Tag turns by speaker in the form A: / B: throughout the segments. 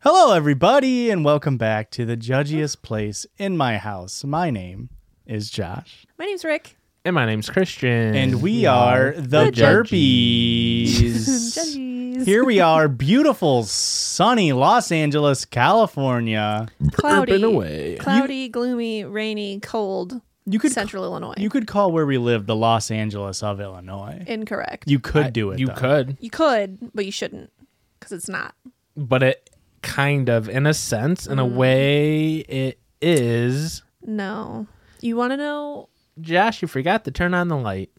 A: Hello, everybody, and welcome back to the judgiest place in my house. My name is Josh,
B: My name's Rick.
C: And my name's Christian.
A: and we are the
C: The
A: Derpies.
B: Judges.
A: Here we are, beautiful, sunny Los Angeles, California.
B: Cloudy.
C: Urban away.
B: Cloudy, gloomy, rainy, cold.
A: You could
B: Central Illinois.
A: you could call where we live the Los Angeles of Illinois.
B: Incorrect. You,
A: You could do it.
C: You
A: though.
C: could,
B: could, but you shouldn't, because it's not.
C: but it kind of, in a sense, in a way, it is.
B: No. You want to know?
C: Josh, you forgot to turn on the light.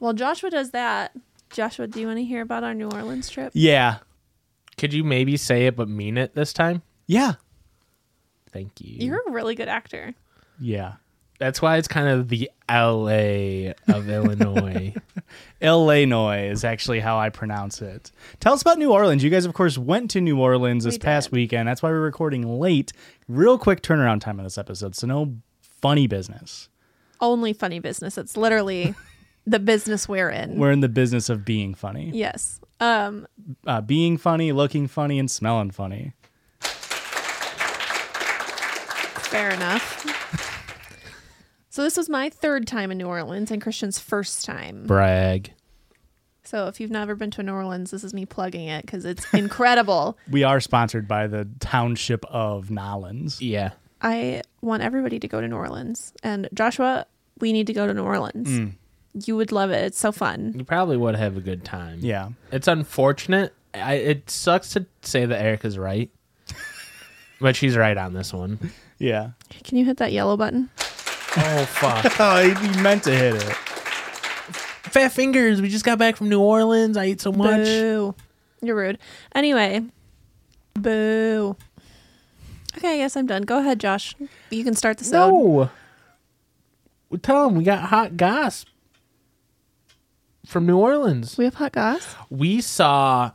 B: Well, Joshua does that. Joshua, do you want to hear about our New Orleans trip?
A: Yeah,
C: Could you maybe say it but mean it this time?
A: yeah,
C: Thank you.
B: You're a really good actor.
A: yeah.
C: That's why it's kind of the LA of Illinois.
A: Illinois is actually how I pronounce it. Tell us about New Orleans. You guys, of course, went to New Orleans this
B: We
A: past
B: did.
A: weekend. That's why we're recording late. Real quick turnaround time on this episode, so no funny business.
B: Only funny business. It's literally the business we're in.
A: We're in the business of being funny,
B: yes. Um,
A: uh, being funny, looking funny, and smelling funny.
B: fair enough. so this was my third time in New Orleans and Christian's first time.
C: Brag.
B: So if you've never been to New Orleans, this is me plugging it because it's incredible.
A: We are sponsored by the township of Nolens.
C: Yeah.
B: I want everybody to go to New Orleans. And Joshua, we need to go to New Orleans. You would love it. It's so fun.
C: You probably would have a good time.
A: Yeah,
C: It's unfortunate. I, it sucks to say that Erica's right, but she's right on this one.
A: yeah.
B: Can you hit that yellow button?
C: Oh, fuck.
A: Oh, he meant to hit it.
C: Fat fingers. We just got back from New Orleans. I ate so much.
B: Boo. You're rude. Anyway, boo. Okay, I guess I'm done. Go ahead, Josh. You can start this out.
C: No. Well, tell them we got hot gossip from New Orleans.
B: We have hot goss.
C: We saw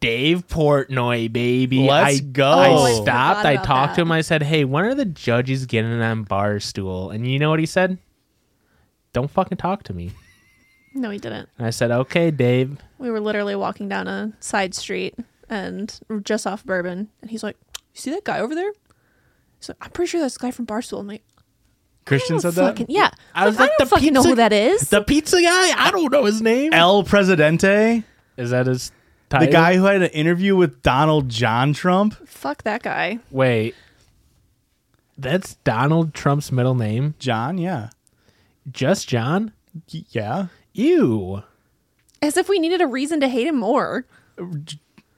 C: Dave Portnoy, baby.
A: Let's
C: I,
A: go. Oh, I
C: I
B: forgot
C: stopped. I
B: about
C: talked
B: that.
C: to him. I said, "Hey, when are the judges getting on barstool?" And you know what he said? Don't fucking talk to me.
B: No, he didn't.
C: And I said, "Okay, Dave."
B: We were literally walking down a side street and we're just off Bourbon, and he's like, "You see that guy over there?" He's like, "I'm pretty sure that's the guy from Barstool." I'm like,
A: Christian
B: "I
A: said
B: don't
A: that.
B: fucking- Yeah,
C: I was
B: Like, I
C: like,
B: don't
C: the
B: fucking know
C: pizza-
B: who that is.
C: The pizza guy? I don't know his name.
A: El Presidente,
C: Is that his
A: the
C: title?
A: guy who had an interview with Donald John Trump.
B: Fuck that guy.
C: Wait. That's Donald Trump's middle name?
A: John, yeah.
C: Just John?
A: Y- Yeah.
C: Ew.
B: As if we needed a reason to hate him more.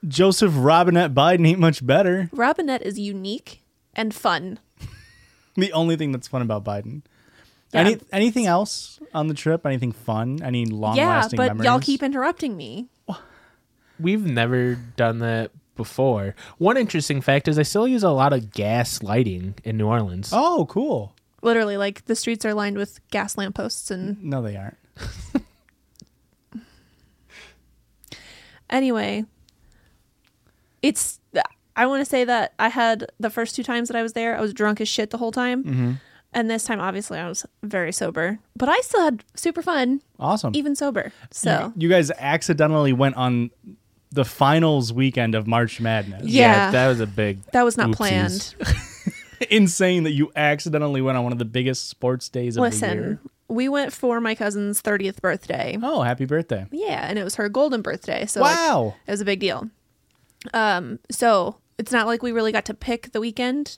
A: Joseph Robinette Biden ain't much better.
B: Robinette is unique and fun.
A: The only thing that's fun about Biden.
B: Yeah.
A: Any, anything else on the trip? Anything fun? Any long
B: yeah,
A: lasting
B: but
A: memories?
B: y'all keep interrupting me.
C: We've never done that before. One interesting fact is I still use a lot of gas lighting in New Orleans.
A: Oh, cool.
B: Literally, like the streets are lined with gas lampposts and
A: No, they aren't.
B: anyway it's i want to say that i had the first two times that i was there i was drunk as shit the whole time
A: Mm-hmm.
B: and this time obviously i was very sober but i still had super fun
A: Awesome.
B: even sober so
A: you guys accidentally went on the finals weekend of March Madness.
B: yeah,
C: that was a big.
B: that was not
C: oopsies.
B: planned
A: Insane that you accidentally went on one of the biggest sports days of the
B: listen
A: year.
B: we went for my cousin's 30th birthday
A: Oh, happy birthday.
B: yeah and it was her golden birthday so like,
A: Wow.
B: it was a big deal um so it's not like we really got to pick the weekend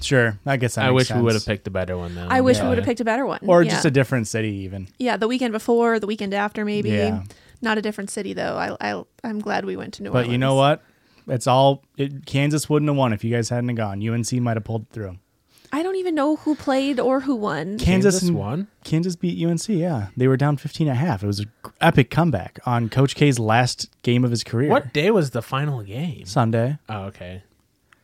A: Sure. I guess that
C: I
A: makes
C: wish we
A: sense.
C: would have picked a better one though.
B: i wish
C: Yeah.
B: we would have picked a better one
A: Mm, Or
B: Yeah.
A: just a different city, even.
B: Yeah, the weekend before, the weekend after, maybe.
A: Yeah.
B: Not a different city though. I, I I'm glad we went to New
A: But
B: Orleans.
A: you know what? It's all it, Kansas wouldn't have won if you guys hadn't have gone. UNC might have pulled through.
B: I don't even know who played or who won.
A: Kansas,
C: Kansas
A: and-
C: won?
A: Kansas beat UNC. Yeah, they were down 15 and a half. It was an epic comeback on Coach K's last game of his career.
C: What day was the final game?
A: Sunday?
C: Oh, okay.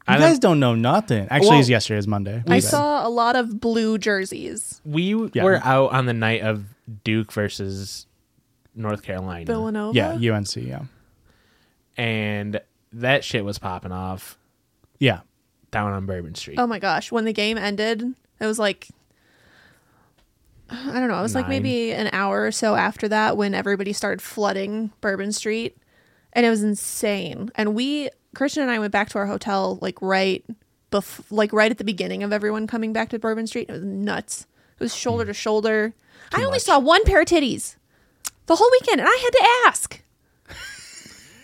A: You
C: I
A: guys don't know nothing. Actually,
C: Well,
A: it's yesterday. It's Monday. My
B: I
A: bad.
B: saw a lot of blue jerseys.
C: We
A: Yeah.
C: were out on the night of Duke versus North Carolina.
B: Villanova.
A: Yeah, UNC. Yeah,
C: and that shit was popping off
A: yeah.
C: down on Bourbon Street.
B: Oh my gosh, when the game ended, it was like I don't know. It was like
C: Nine.
B: maybe an hour or so after that when everybody started flooding Bourbon Street and it was insane. And we Christian and I went back to our hotel like right bef- like right at the beginning of everyone coming back to Bourbon Street. It was nuts. It was shoulder to shoulder. I only saw one pair of titties the whole weekend, and I had to ask.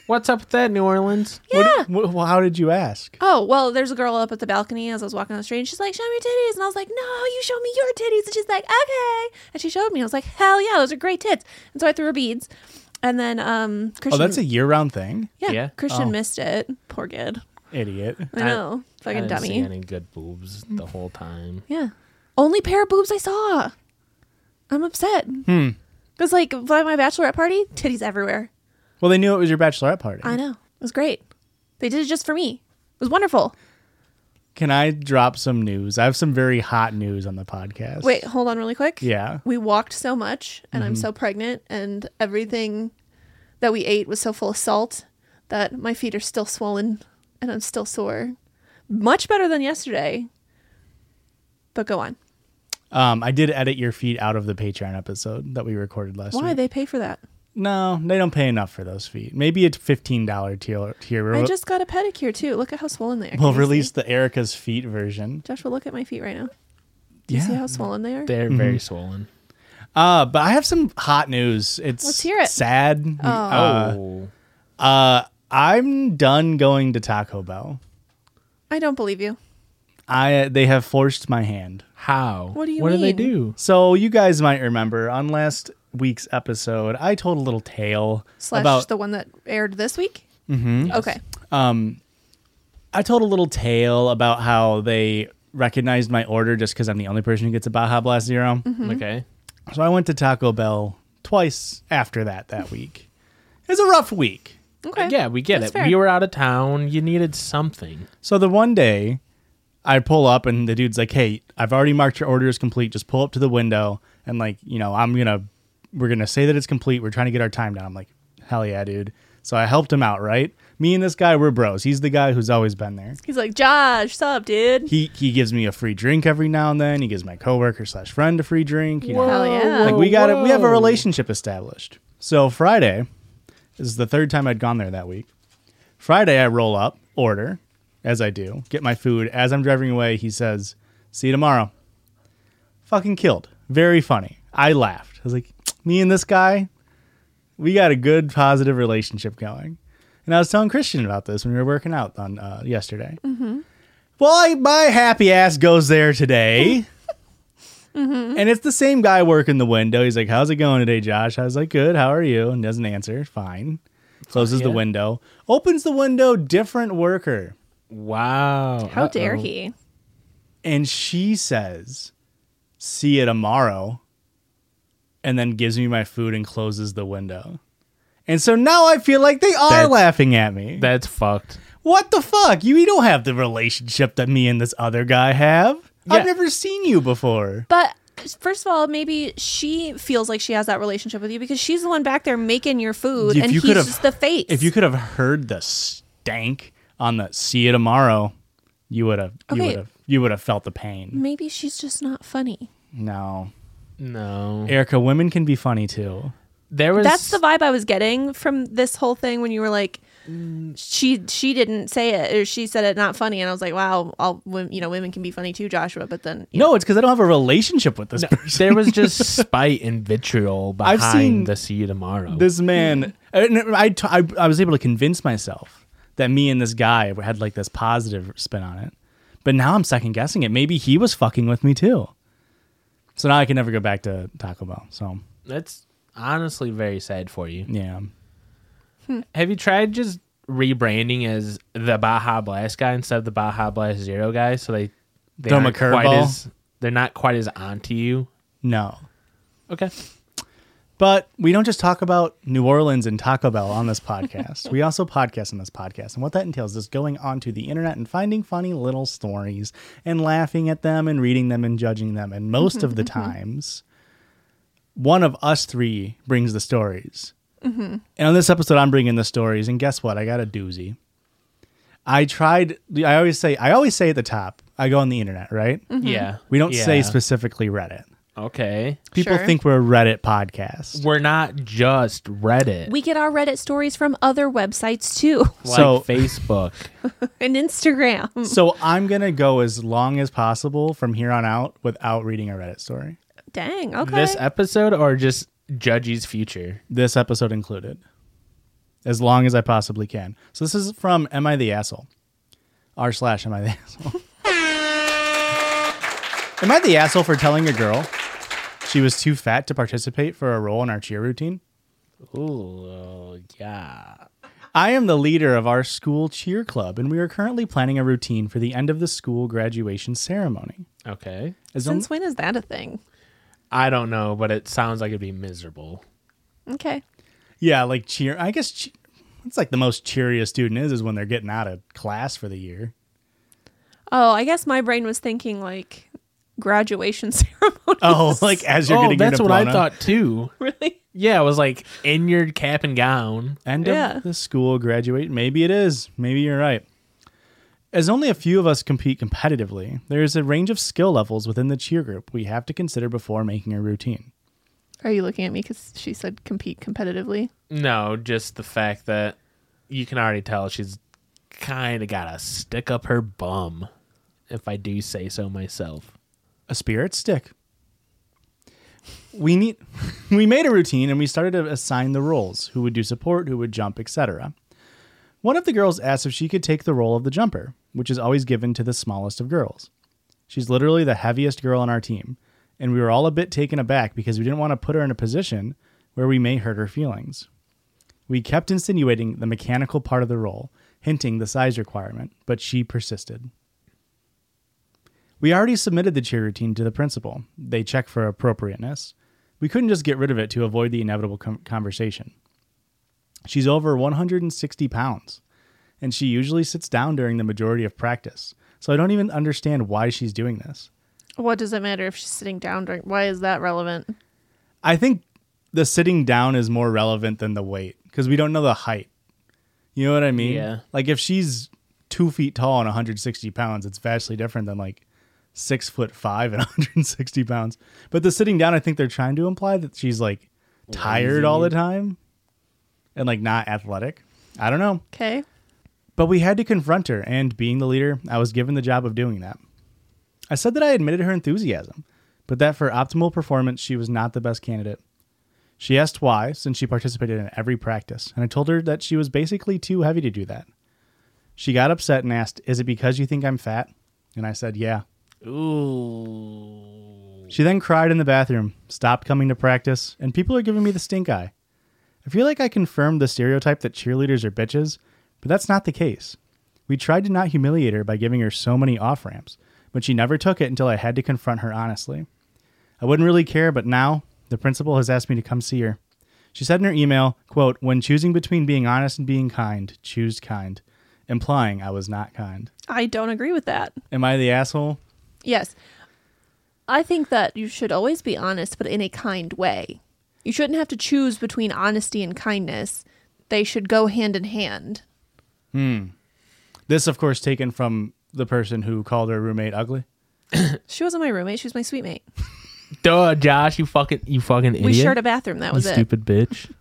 C: What's up with that, New Orleans?
B: Yeah.
A: Wh- wh- how did you ask?
B: Oh, well, there's a girl up at the balcony as I was walking on the street, and she's like, Show me your titties. And I was like, No, you show me your titties. And she's like, Okay. And she showed me. I was like, Hell yeah, those are great tits. And so I threw her beads. And then um,
A: Oh,
B: Christian.
A: that's a year-round thing,
B: yeah,
C: Yeah?
B: Christian
A: Oh.
B: missed it. Poor kid.
A: idiot.
B: I
C: I-
B: know. Fucking
C: I didn't see
B: dummy. Mm.
C: any good boobs the whole time.
B: Yeah. Only pair of boobs I saw. I'm upset. Hmm. Because, like, by my bachelorette party, titties everywhere.
A: Well, they knew it was your bachelorette party.
B: I know. It was great. They did it just for me. It was wonderful.
A: Can I drop some news? I have some very hot news on the podcast.
B: Wait, hold on really quick.
A: Yeah.
B: We walked so much, and I'm so pregnant, and everything that we ate was so full of salt that my feet are still swollen and I'm still sore. Much better than yesterday. But go on.
A: Um, I did edit your feet out of the Patreon episode that we recorded last
B: Why?
A: week.
B: They pay for that.
A: no, they don't pay enough for those feet. Maybe a fifteen dollar tier. tier.
B: I just got a pedicure, too. Look at how swollen they
A: we'll
B: are. Can you see?
A: release the Erica's feet version.
B: Joshua, look at my feet right now. Do you see
A: Yeah.
B: how swollen they are?
C: They're very
A: Mm-hmm.
C: swollen.
A: Uh, but I have some hot news. It's
B: Let's hear it.
A: sad. Oh. Uh,
C: oh,
A: uh, I'm done going to Taco Bell.
B: I don't believe you.
A: I they have forced my hand.
C: how?
B: What do you
C: What do they
B: mean?
C: do?
A: So you guys might remember on last week's episode, I told a little tale
B: Slash
A: about
B: the one that aired this week? Mm-hmm. Okay.
A: I told a little tale about how they recognized my order just because I'm the only person who gets a Baja Blast 0
B: Mm-hmm.
C: Okay.
A: So I went to Taco Bell twice after that that week. It was a rough week.
B: Okay.
C: Yeah, we get
B: That's
C: it.
B: fair.
C: We were out of town. You needed something.
A: So the one day I pull up and the dude's like, "Hey, I've already marked your order as complete. Just pull up to the window and like, you know, I'm going to we're going to say that it's complete. We're trying to get our time down." I'm like, "Hell yeah, dude." So I helped him out, right? Me and this guy, we're bros. He's the guy who's always been there.
B: He's like, Josh, sup, dude?
A: He he gives me a free drink every now and then. He gives my coworker slash friend a free drink. You know,
B: Hell yeah.
A: like we got it. We have a
C: whoa.
A: relationship established. So Friday this is the third time I'd gone there that week. Friday, I roll up, order, as I do, get my food. As I'm driving away, he says, "See you tomorrow." Fucking killed. Very funny. I laughed. I was like, "Me and this guy, we got a good positive relationship going." And I was telling Christian about this when we were working out on uh, yesterday. Well, I, my happy ass goes there today. Mm-hmm. And it's the same guy working the window. He's like, How's it going today, Josh? I was like, Good, how are you? And doesn't answer. Fine. Closes the
C: Yeah.
A: window. Opens the window, different worker.
C: Wow.
B: How dare
C: Uh-oh.
B: he?
A: And she says, See you tomorrow. And then gives me my food and closes the window. And so now I feel like they are
C: That's-
A: laughing at me.
C: That's fucked.
A: what the fuck? You, you don't have the relationship that me and this other guy have. I've
C: Yeah.
A: never seen you before.
B: But first of all, maybe she feels like she has that relationship with you because she's the one back there making your food
A: If
B: and
A: you
B: he's
A: could've-
B: just the face.
A: If you could have heard the stank on the "see you tomorrow," you would have you
B: Okay.
A: would have you would have felt the pain.
B: Maybe she's just not funny.
A: No,
C: No.
A: Erica, women can be funny too.
C: There was
B: That's the vibe I was getting from this whole thing when you were like, she she didn't say it or she said it not funny and I was like, wow, all wom- you know women can be funny too, Joshua. But then
A: No, it's because I don't have a relationship with this person.
C: there was just spite and vitriol
A: I've
C: behind
A: seen
C: the see you tomorrow.
A: This man, and I, t- I I was able to convince myself that me and this guy had like this positive spin on it, but now I'm second guessing it. Maybe he was fucking with me too. So now I can never go back to Taco Bell. So
C: That's honestly very sad for you.
A: yeah,
C: Have you tried just rebranding as the Baja Blast guy instead of the Baja Blast Zero guy? So they they
A: Throw 'em a
C: aren't quite
A: curveball.
C: as they're not quite as onto you.
A: no.
C: Okay.
A: But we don't just talk about New Orleans and Taco Bell on this podcast. we also podcast on this podcast. And what that entails is going onto the internet and finding funny little stories and laughing at them and reading them and judging them. And most of the times, one of us three brings the stories. And on this episode, I'm bringing the stories. And guess what? I got a doozy. I tried, I always say, I always say at the top, I go on the internet, right?
C: Yeah.
A: We don't
C: Mm-hmm. Yeah.
A: say specifically Reddit.
C: Okay.
A: People
B: Sure.
A: think we're a Reddit podcast.
C: We're not just Reddit,
B: We get our Reddit stories from other websites too,
C: like
A: So-
C: Facebook.
B: and Instagram.
A: So I'm gonna go as long as possible from here on out without reading a Reddit story.
B: Dang. Okay.
C: This episode or just Judgy's future?
A: This episode included. As long as I possibly can. So this is from Am I the Asshole? R slash Am I the Asshole? Am I the asshole for telling a girl she was too fat to participate for a role in our cheer routine?
C: Ooh, yeah.
A: I am the leader of our school cheer club, and we are currently planning a routine for the end of the school graduation ceremony.
C: Okay.
A: As
B: Since when is that a thing?
C: I don't know, but it sounds like it'd be miserable.
B: Okay.
A: Yeah, like cheer. I guess che- it's like the most cheery a student is is when they're getting out of class for the year.
B: Oh, I guess my brain was thinking like graduation ceremony.
A: Oh, like as you're
C: oh,
A: getting your
C: that's what I
A: diploma.
C: thought too.
B: really?
C: Yeah, it was like in your cap and gown.
A: End
B: Yeah.
A: of the school graduate. Maybe it is. Maybe you're right. As only a few of us compete competitively, there is a range of skill levels within the cheer group we have to consider before making a routine.
B: Are you looking at me because she said compete competitively?
C: No, just the fact that you can already tell she's kind of got to stick up her bum, if I do say so myself.
A: a spirit stick. We need we made a routine and we started to assign the roles, who would do support, who would jump, etc. One of the girls asked if she could take the role of the jumper, which is always given to the smallest of girls. She's literally the heaviest girl on our team, and we were all a bit taken aback because we didn't want to put her in a position where we may hurt her feelings. We kept insinuating the mechanical part of the role, hinting the size requirement, but she persisted. We already submitted the cheer routine to the principal. They check for appropriateness. We couldn't just get rid of it to avoid the inevitable com- conversation. She's over 160 pounds, and she usually sits down during the majority of practice, so I don't even understand why she's doing this.
B: What does it matter if she's sitting down during? Why is that relevant?
A: I think the sitting down is more relevant than the weight because we don't know the height. You know what I mean?
C: Yeah.
A: Like if she's two feet tall and 160 pounds, it's vastly different than like six foot five and 160 pounds. But the sitting down, I think they're trying to imply that she's like tired all the time and like not athletic. I don't know.
B: Okay.
A: But we had to confront her, and being the leader, I was given the job of doing that. I said that I admitted her enthusiasm, but that for optimal performance, she was not the best candidate. She asked why, since she participated in every practice, and I told her that she was basically too heavy to do that. She got upset and asked, Is it because you think I'm fat? And I said, Yeah.
C: Ooh.
A: She then cried in the bathroom, stopped coming to practice, and people are giving me the stink eye. I feel like I confirmed the stereotype that cheerleaders are bitches, but that's not the case. We tried to not humiliate her by giving her so many off ramps, but she never took it until I had to confront her honestly. I wouldn't really care, but now the principal has asked me to come see her. She said in her email, quote, When choosing between being honest and being kind, choose kind, implying I was not kind.
B: I don't agree with that.
A: Am I the asshole?
B: Yes. I think that you should always be honest, but in a kind way. You shouldn't have to choose between honesty and kindness. They should go hand in hand.
A: This, of course, taken from the person who called her roommate ugly.
B: She wasn't my roommate. She was my sweet mate.
C: Duh, Josh, you fucking you fucking idiot.
B: We shared a bathroom. That was
C: you
B: it.
C: stupid bitch.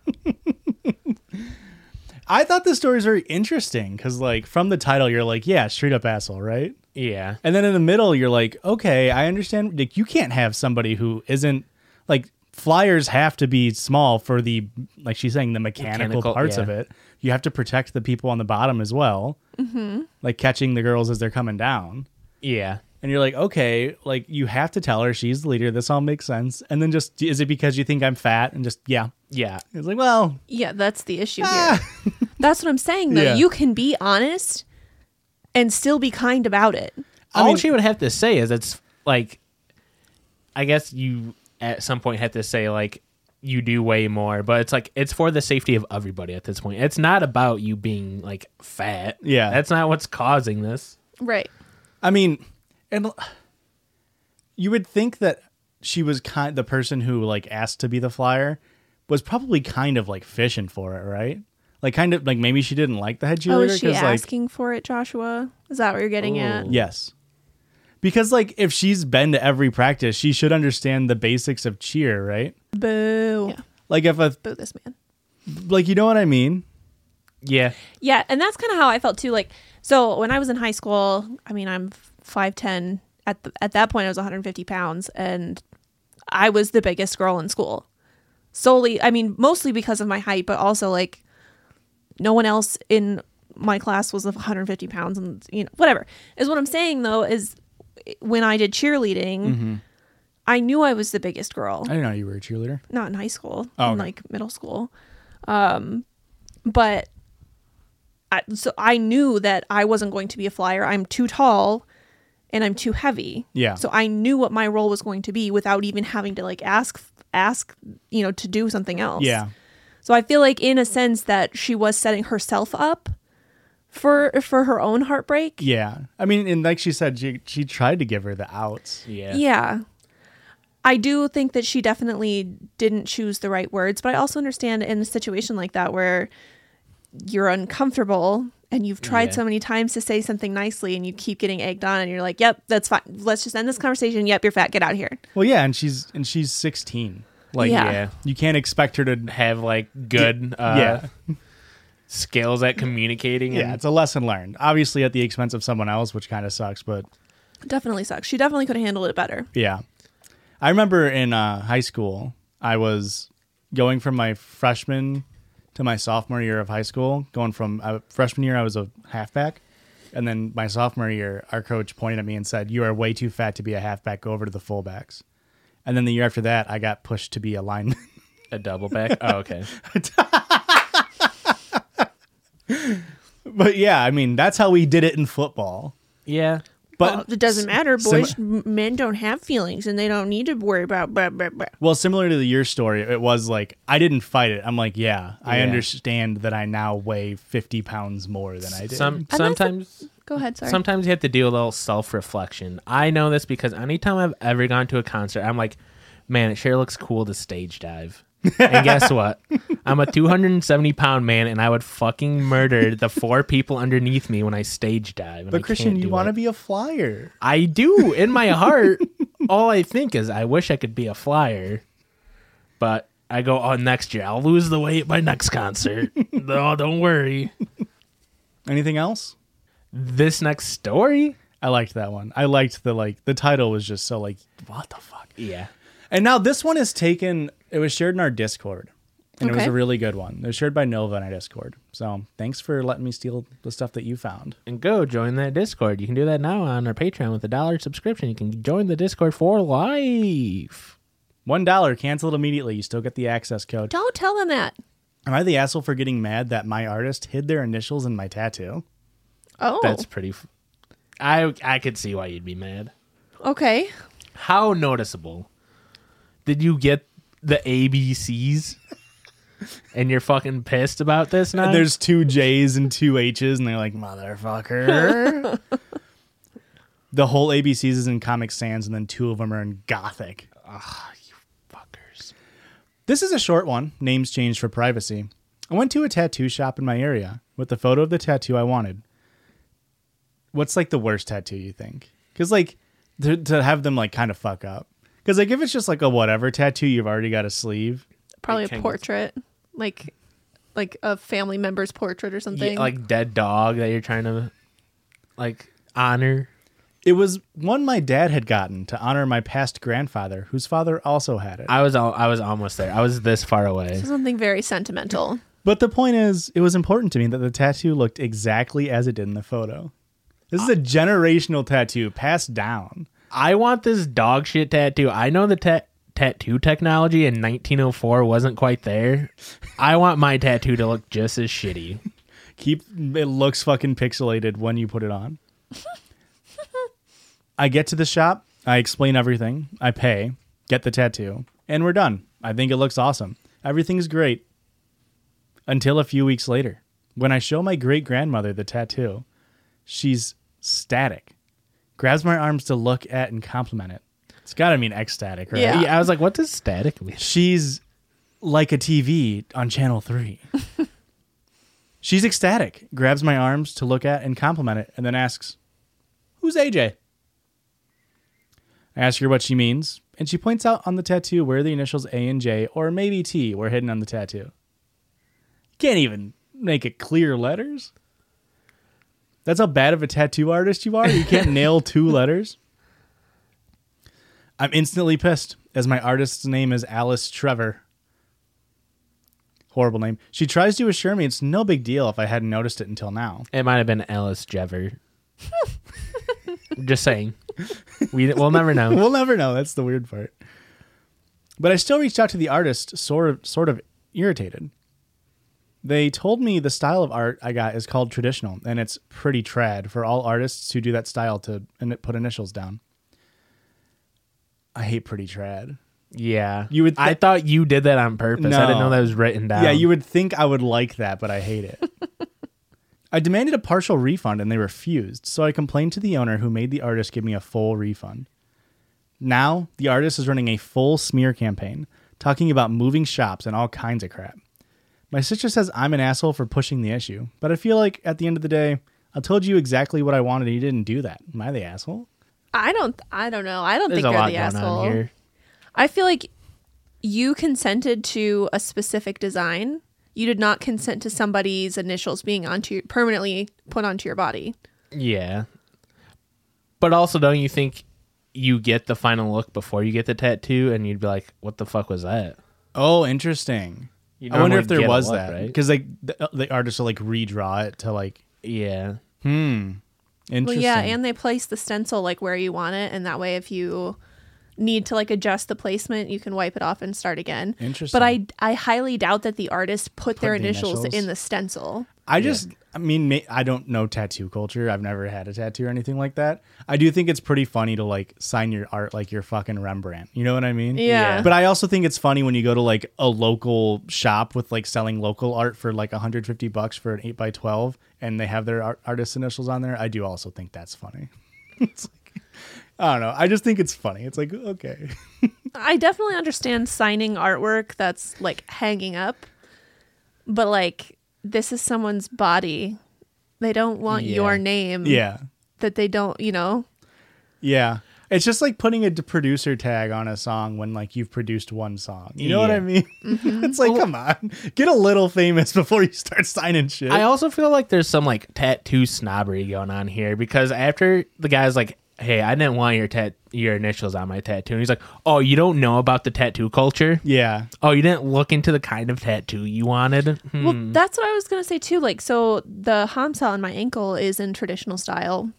A: I thought this story is very interesting because, like, from the title, you're like, yeah, straight up asshole, right?
C: yeah.
A: And then in the middle, you're like, okay, I understand. Like, you can't have somebody who isn't like flyers have to be small for the like she's saying the mechanical,
C: Mechanical,
A: parts of
C: yeah.
A: it. You have to protect the people on the bottom as well, mm-hmm. like catching the girls as they're coming down.
C: Yeah.
A: And you're like, okay, like you have to tell her she's the leader. This all makes sense. And then just is it because you think I'm fat? And just yeah,
C: Yeah.
A: it's like, well,
B: Yeah, that's the issue
A: Ah.
B: here. That's what I'm saying, though.
A: Yeah.
B: You can be honest and still be kind about it.
C: All
A: mean-
C: she would have to say is it's like I guess you at some point have to say like you do way more, but it's like it's for the safety of everybody at this point. It's not about you being like fat.
A: Yeah.
C: That's not what's causing this.
B: Right.
A: I mean, and l- you would think that she was kind the person who like asked to be the flyer was probably kind of like fishing for it, right? Like kind of like maybe she didn't like Oh. the head
B: Oh,
A: cheerleader
B: is she
A: because like
B: asking for it, Joshua? Is that what you're getting at?
C: Ooh.
A: yes, Because like if she's been to every practice, she should understand the basics of cheer, right?
B: Boo.
A: Like if a
B: Boo this man.
A: like you know what I mean?
C: Yeah.
B: Yeah, and that's kind of how I felt too. Like, so when I was in high school, I mean, I'm five ten at the, at that point. I was 150 pounds, and I was the biggest girl in school. Solely, I mean, mostly because of my height, but also like no one else in my class was 150 pounds, and you know, whatever is what I'm saying though is eh, when I did cheerleading. I knew I was the biggest girl
A: I didn't know you were a cheerleader.
B: not in high school,
A: Oh,
B: in
A: okay.
B: like middle school. Um, but I, so I knew that I wasn't going to be a flyer. I'm too tall and I'm too heavy.
A: Yeah.
B: So I knew what my role was going to be without even having to like ask ask, you know, to do something else.
A: Yeah.
B: So I feel like in a sense that she was setting herself up for for her own heartbreak.
A: Yeah. I mean, and like she said, she she tried to give her the outs.
C: Yeah.
B: Yeah. I do think that she definitely didn't choose the right words, but I also understand in a situation like that where you're uncomfortable and you've tried
C: Yeah.
B: so many times to say something nicely and you keep getting egged on and you're like, "Yep, that's fine. Let's just end this conversation. Yep, you're fat. Get out of here."
A: Well, yeah, and she's and she's 16. Like
B: Yeah.
C: Yeah.
A: you can't expect her to
C: Have like good uh,
A: Yeah.
C: skills at communicating.
A: Yeah,
C: and,
A: it's a lesson learned. Obviously at the expense of someone else, which kind of sucks, but
B: Definitely sucks. She definitely could have handled it better.
A: Yeah. I remember in uh, high school, I was going from my freshman to my sophomore year of high school, going from uh, freshman year, I was a halfback. And then my sophomore year, our coach pointed at me and said, You are way too fat to be a halfback. Go over to the fullbacks. And then the year after that, I got pushed to be a lineman.
C: a double back. Oh, okay.
A: but yeah, I mean, that's how we did it in football.
C: Yeah.
A: But
B: Well, it doesn't matter.
A: sim-
B: Boys, m men don't have feelings and they don't need to worry about blah, blah, blah.
A: Well, similar to the year story, it was like I didn't fight it. I'm like, yeah, I
C: Yeah.
A: understand that I now weigh 50 pounds more than I did.
C: Some
B: that's a-
C: sometimes
B: Go ahead, sorry.
C: sometimes you have to do a little self reflection. I know this because anytime I've ever gone to a concert, I'm like, man, it sure looks cool to stage dive. and guess what? I'm a 270 pound man, and I would fucking murder the four people underneath me when I stage dive. and I
A: but Christian,
C: can't
A: you
C: do
A: want
C: it.
A: to be a flyer.
C: I do in my heart. all I think is I wish I could be a flyer, but I go on next year. I'll lose the weight by next concert. no, don't worry.
A: Anything else?
C: This next story.
A: I liked that one. I liked the like the title was just so like what the fuck.
C: Yeah.
A: And now this one is taken. It was shared in our Discord, and it was
B: Okay.
A: a really good one. It was shared by Nova in our Discord. So thanks for letting me steal the stuff that you found.
C: and go join that Discord. You can do that now on our Patreon with a dollar subscription. You can join the Discord for life.
A: One dollar canceled immediately. You still get the access code.
B: Don't tell them that.
A: Am I the asshole for getting mad that my artist hid their initials in my tattoo?
B: Oh,
C: That's pretty. F- I I could see why you'd be mad.
B: okay.
C: How noticeable did you get the ABCs? and you're fucking pissed about this now.
A: And there's two J's and two H's, and they're like, motherfucker. the whole ABCs is in Comic Sans, and then two of them are in Gothic.
C: fuckers.
A: This is a short one. Names changed for privacy. I went to a tattoo shop in my area with the photo of the tattoo I wanted. What's like the worst tattoo you think? Because like to, to have them like kind of fuck up. Because like if it's just like a whatever tattoo, you've already got a sleeve.
B: probably
C: Like
B: a
C: Kangol.
B: portrait like like a family member's portrait or something
C: Yeah, like dead dog that you're trying to like honor.
A: It was one my dad had gotten to honor my past grandfather, whose father also had it.
C: I was al- I was almost there. I was this far away.
B: something very sentimental
A: But the point is, it was important to me that the tattoo looked exactly as it did in the photo. This is a generational tattoo passed down.
C: I want this dog shit tattoo. I know the ta- tattoo technology in 1904 wasn't quite there. I want my tattoo to look just as shitty.
A: Keep it looks fucking pixelated when you put it on. I get to the shop, I explain everything, I pay, get the tattoo, and we're done. I think it looks awesome. Everything's great. Until a few weeks later, when I show my great grandmother the tattoo, she's static. Grabs my arms to look at and compliment it. It's gotta mean ecstatic, right?
B: Yeah.
C: Yeah, I was like, what does static mean?
A: she's like a TV on channel three. she's ecstatic, grabs my arms to look at and compliment it, and then asks, Who's AJ? I ask her what she means, and she points out on the tattoo where the initials A and J, or maybe T, were hidden on the tattoo. Can't even make it clear letters. That's how bad of a tattoo artist you are. You can't nail two letters. I'm instantly pissed, as my artist's name is Alice Trevor. Horrible name. She tries to assure me it's no big deal if I hadn't noticed it until now.
C: It might have been Alice Jever. Just saying. We we'll never know.
A: We'll never know. That's the weird part. But I still reached out to the artist, sort of, sort of irritated. They told me the style of art I got is called traditional, and it's pretty trad for all artists who do that style to in- put initials down. I hate pretty trad.
C: Yeah.
A: You would
C: I
A: thi-
C: thought you did that on purpose. I didn't
A: No.
C: know that was written down.
A: Yeah, you would think I would like that, but I hate it. I demanded a partial refund and they refused, so I complained to the owner who made the artist give me a full refund. Now, the artist is running a full smear campaign, talking about moving shops and all kinds of crap. My sister says I'm an asshole for pushing the issue, but I feel like at the end of the day, I told you exactly what I wanted and you didn't do that. Am I the asshole?
B: I don't. I don't know. I don't
C: There's
B: think
C: a
B: you're
C: lot
B: the
C: going
B: asshole.
C: on here.
B: I feel like you consented to a specific design. You did not consent to somebody's initials being onto permanently put onto your body.
C: Yeah. But also, don't you think you get the final look before you get the tattoo, and you'd be like, "What the fuck was that?"
A: Oh, interesting.
C: You
A: I wonder
C: normally
A: if there
C: get a
A: was
C: look,
A: that
C: right?
A: because like the, the artist will like redraw it to like
C: Yeah.
B: Well,
A: interesting.
B: yeah, and they place the stencil like where you want it, and that way, if you need to like adjust the placement, you can wipe it off and start again.
A: Interesting.
B: But I, I highly doubt that the artist put, their
A: the
B: initials,
A: initials?
B: in the stencil.
A: I just, I mean, ma- I don't know tattoo culture. I've never had a tattoo or anything like that. I do think it's pretty funny to like sign your art like you're fucking Rembrandt. You know what I mean?
B: Yeah.
A: But I also think it's funny when you go to like a local shop with like selling local art for like 150 bucks for an 8 by 12 and they have their art- artist initials on there. I do also think that's funny. it's like, I don't know. I just think it's funny. It's like, okay.
B: I definitely understand signing artwork that's like hanging up, but like this is someone's body. They don't want
C: Yeah.
B: your name.
A: yeah.
B: That they don't, you know.
A: Yeah. It's just like putting a d- producer tag on a song when like you've produced one song. You know what
C: Yeah.
A: I mean?
C: Mm-hmm.
A: it's like, come on, get a little famous before you start signing shit.
C: I also feel like there's some like tattoo snobbery going on here because after the guy's like, "Hey, I didn't want your tat your initials on my tattoo," and he's like, "Oh, you don't know about the tattoo culture?
A: yeah.
C: Oh, you didn't look into the kind of tattoo you wanted." Hmm.
B: Well, that's what I was gonna say too. Like, so the hamsa on my ankle is in traditional style.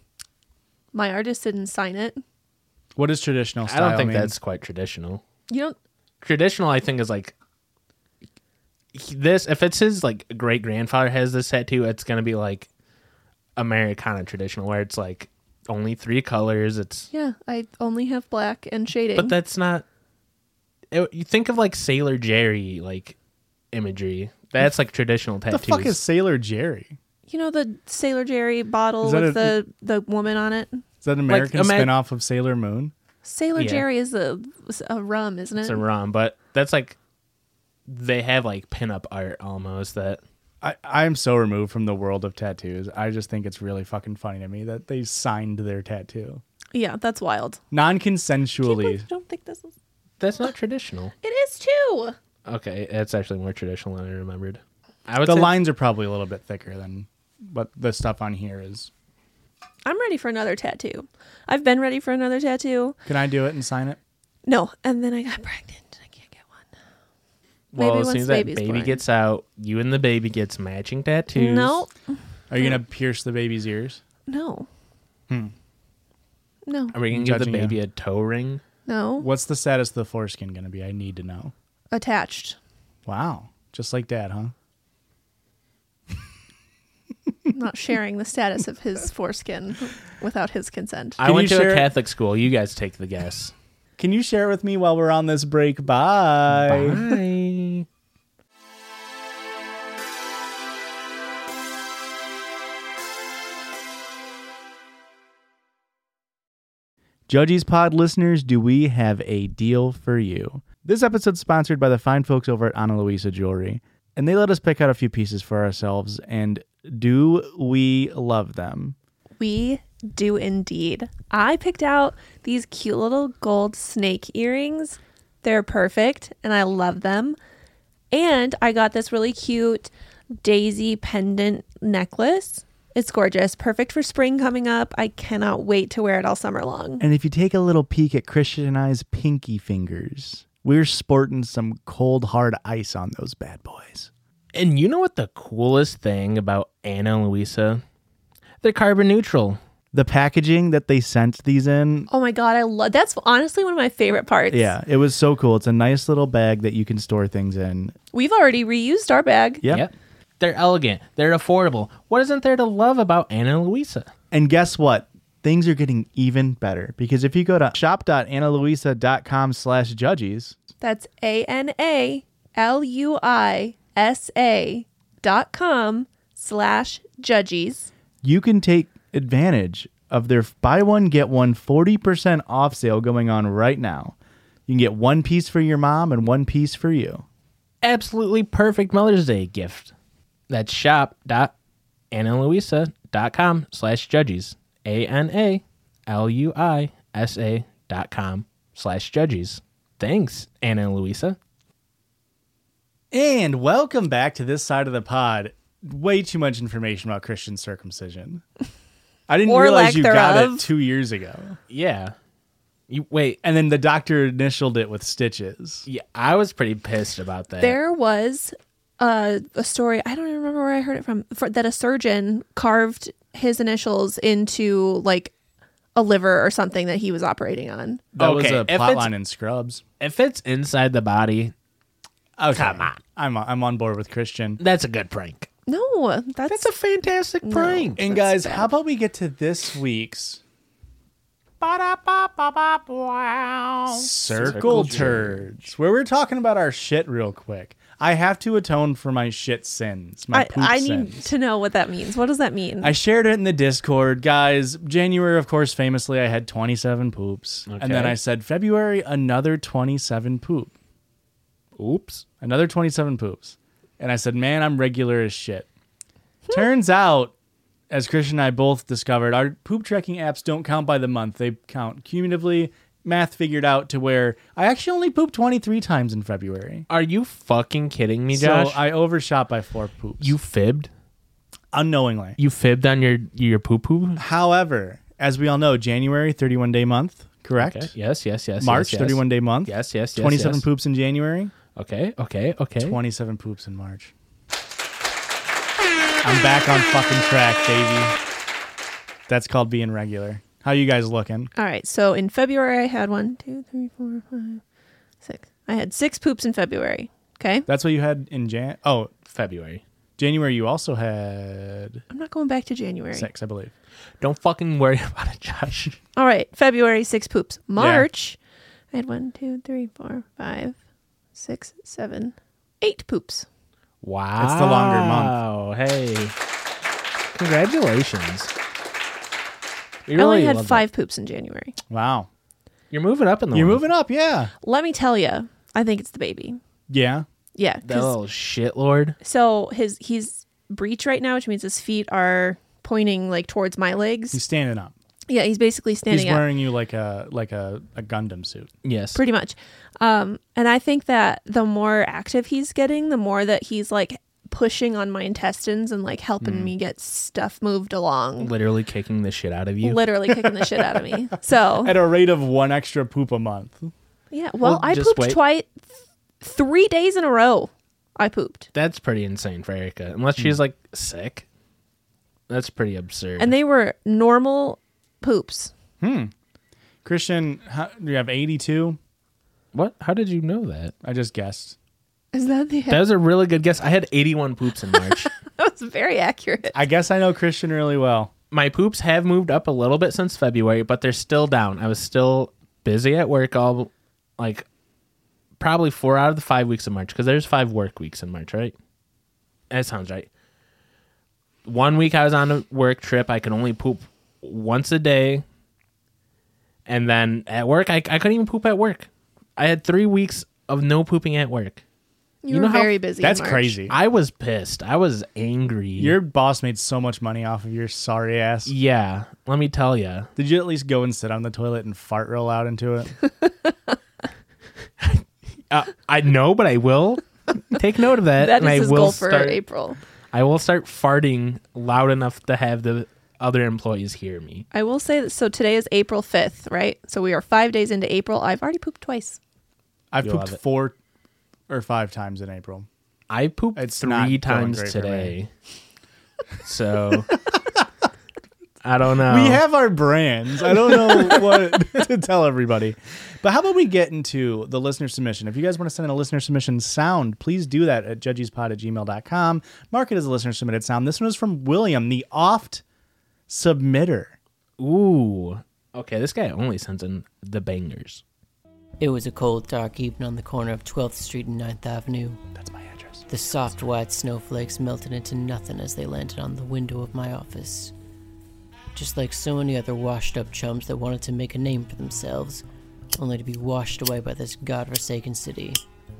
B: My artist didn't sign it.
A: What does traditional
C: I
A: style
C: don't think
A: mean?
C: that's quite traditional.
B: You don't.
C: Traditional, I think, is like he- this. If it's his like great grandfather has this tattoo, it's gonna be like Americana traditional, where it's like only three colors. It's
B: Yeah, I only have black and shading.
C: But that's not. It, you think of like Sailor Jerry like imagery. That's like traditional
A: the
C: tattoos.
A: fuck is Sailor Jerry?
B: you know the Sailor Jerry bottle
A: Is that
B: with
A: a-
B: the the woman on it.
A: Is that an American
C: ima-
A: spinoff of Sailor Moon?
B: Sailor
C: Yeah.
B: Jerry is a, is a rum, isn't it?
C: it's a rum, but that's like they have like pinup art almost. That
A: I, I'm so removed from the world of tattoos. I just think it's really fucking funny to me that they signed their tattoo
B: Yeah, that's wild.
A: non
B: Can't believe
A: consensually.
B: you don't think this is.
C: that's not traditional.
B: It is too.
C: Okay, that's actually more traditional than I remembered. I would
A: The
C: say
A: lines are probably a little bit thicker than what the stuff on here is.
B: I'm ready for another tattoo. I've been ready for another tattoo.
A: Can I do it and sign it?
B: No, and then I got pregnant. and I can't get one.
C: well,
B: maybe
C: as
B: once
C: soon as that
B: baby's
C: baby
B: born.
C: gets out, you and the baby gets matching tattoos.
B: No,
A: Are you gonna pierce the baby's ears?
B: no. No,
C: Are we gonna give the
A: Judging you.
C: baby a toe ring?
B: no.
A: What's the status of the foreskin gonna be? I need to know.
B: Attached.
A: Wow, just like dad, huh?
B: Not sharing the status of his foreskin without his consent.
C: I
A: Can
C: went
A: you
C: to
A: share-
C: a Catholic school. You guys take the guess.
A: Can you share it with me while we're on this break? Bye.
C: Bye.
A: Judges Pod listeners, do we have a deal for you? This episode's sponsored by the fine folks over at Ana Luisa Jewelry, and they let us pick out a few pieces for ourselves. And do we love them?
B: We do indeed. I picked out these cute little gold snake earrings. They're perfect and I love them. And I got this really cute daisy pendant necklace. It's gorgeous, perfect for spring coming up. I cannot wait to wear it all summer long.
A: And if you take a little peek at Christian and I's pinky fingers, we're sporting some cold hard ice on those bad boys.
C: And you know what the coolest thing about Anna and Luisa? They're carbon neutral.
A: The packaging that they sent these in,
B: Oh my god, I love that's honestly one of my favorite parts.
A: yeah, it was so cool. It's a nice little bag that you can store things in.
B: We've already reused our bag.
A: Yep.
C: Yep. They're elegant. They're affordable. What isn't there to love about Anna and Luisa?
A: And guess what? Things are getting even better because if you go to shop.analuisa.com slash judges,
B: That's A N A L U I S A dot com slash judges.
A: you can take advantage of their buy one get one 40% off sale going on right now. You can get one piece for your mom and one piece for you.
C: Absolutely perfect Mother's Day gift. That's shop.analuisa.com slash judges. A-N-A-L-U-I-S-A dot com slash judges. Thanks, Anna and Luisa.
A: And welcome back to this side of the pod. Way too much information about Christian circumcision. I didn't
B: Or
A: realize
B: lack
A: you got it
B: thereof.
A: two years ago.
C: Yeah. You wait,
A: And then the doctor initialed it with stitches.
C: Yeah, I was pretty pissed about that.
B: There was a, a story, I don't even remember where I heard it from, for, that a surgeon carved his initials into like a liver or something that he was operating on.
A: That was
C: Okay,
A: a
C: if it's-
A: plot line in Scrubs.
C: if it's inside the body,
A: Okay.
C: Come on.
A: I'm, I'm on board with Christian.
C: that's a good prank.
B: No, that's,
C: That's a fantastic prank.
A: And guys, how about we get to this week's circle,
C: Circle
A: turds, where we're talking about our shit real quick. I have to atone for my shit sins, my
B: I,
A: poop
B: I need
A: sins.
B: to know what that means. What does that mean?
A: I shared it in the Discord, guys. January, of course, famously, I had 27 poops, and then
C: Okay.
A: I said February, another 27 poop,
C: Oops.
A: another 27 poops, and I said, man, I'm regular as shit. Turns out, as Christian and I both discovered, our poop tracking apps don't count by the month; they count cumulatively. Math figured out to where I actually only pooped 23 times in February.
C: Are you fucking kidding me, Josh?
A: So I overshot by four poops.
C: you fibbed?
A: unknowingly.
C: You fibbed on your your poo poo?
A: However, as we all know, January 31 day month, correct?
C: Okay. Yes, yes, yes.
A: March
C: yes, yes.
A: 31 day month.
C: Yes, yes, yes.
A: 27
C: yes.
A: poops in January,
C: Okay, okay, okay.
A: 27 poops in March. I'm back on fucking track, baby. That's called being regular. How you guys looking?
B: All right. So in February, I had one, two, three, four, five, six. I had six poops in February. Okay.
A: That's what you had in Jan. Oh,
C: February.
A: January you also had
B: I'm not going back to January.
A: six, I believe.
C: Don't fucking worry about it, Josh.
B: All right. February, six poops. March, I had one, two, three, four, five, six, seven, eight poops.
C: Wow.
A: the longer month.
C: Wow. Hey. Congratulations. You
B: I only
C: really
B: had
C: love
B: five poops in January.
A: Wow.
C: that. You're moving up in the
A: You're
C: world.
A: moving up, yeah.
B: Let me tell you, I think it's the baby.
A: Yeah.
B: Yeah. 'cause-
C: That little shitlord.
B: So his he's breech right now, which means his feet are pointing like towards my legs.
A: He's standing up.
B: yeah, he's basically standing
A: He's
B: up.
A: wearing you like a like a, a Gundam suit.
C: Yes.
B: pretty much um and i think that the more active he's getting the more that he's like pushing on my intestines and like helping
C: Hmm.
B: me get stuff moved along
C: literally kicking the shit out of you.
B: literally kicking the shit out of me so
A: At a rate of one extra poop a month.
B: yeah well,
C: Well,
B: i
C: just
B: pooped
C: wait.
B: twice three days in a row i pooped
C: That's pretty insane for Erica. Unless she's like sick. That's pretty absurd.
B: and they were normal poops
A: Christian, how, you have 82?
C: what? How did you know that?
A: I just guessed.
B: is that the
C: That was a really good guess. I had 81 poops in March.
B: that was very accurate
A: I guess I know Christian really well.
C: My poops have moved up a little bit since February, but they're still down. I was still busy at work all like probably 4 out of the 5 weeks of March cuz there's 5 work weeks in March, right? That sounds right. One week I was on a work trip. I could only poop once a day. And then at work, I, I couldn't even poop at work. I had three weeks of no pooping at work.
B: You,
C: You
B: were
C: know how-
B: very busy. in
A: That's
B: March.
A: crazy.
C: I was pissed. I was angry.
A: Your boss made so much money off of your sorry ass.
C: yeah. Let me tell you.
A: Did you at least go and sit on the toilet and fart real loud into it?
C: Uh, I know, but I will take note of that.
B: That
C: and I
B: is his
C: will
B: goal for
C: start,
B: April.
C: I will start farting loud enough to have the other employees hear me.
B: I will say that. So today is April 5th, right? So we are five days into April. I've already pooped twice.
A: I've
C: You'll
A: pooped
C: have it.
A: four or five times in April.
C: I pooped
A: It's not
C: three
A: going
C: times
A: great for me.
C: today. So I don't know.
A: We have our brands. I don't know what to tell everybody. But how about we get into the listener submission? If you guys want to send in a listener submission sound, please do that at judgiespod at gmail.com. Mark it as a listener submitted sound. This one is from William, the oft submitter.
C: Ooh. Okay, this guy only sends in the bangers.
D: It was a cold, dark evening on the corner of 12th Street and 9th Avenue.
A: That's my address.
D: The soft, white snowflakes melted into nothing as they landed on the window of my office. Just like so many other washed up chums that wanted to make a name for themselves, only to be washed away by this godforsaken city.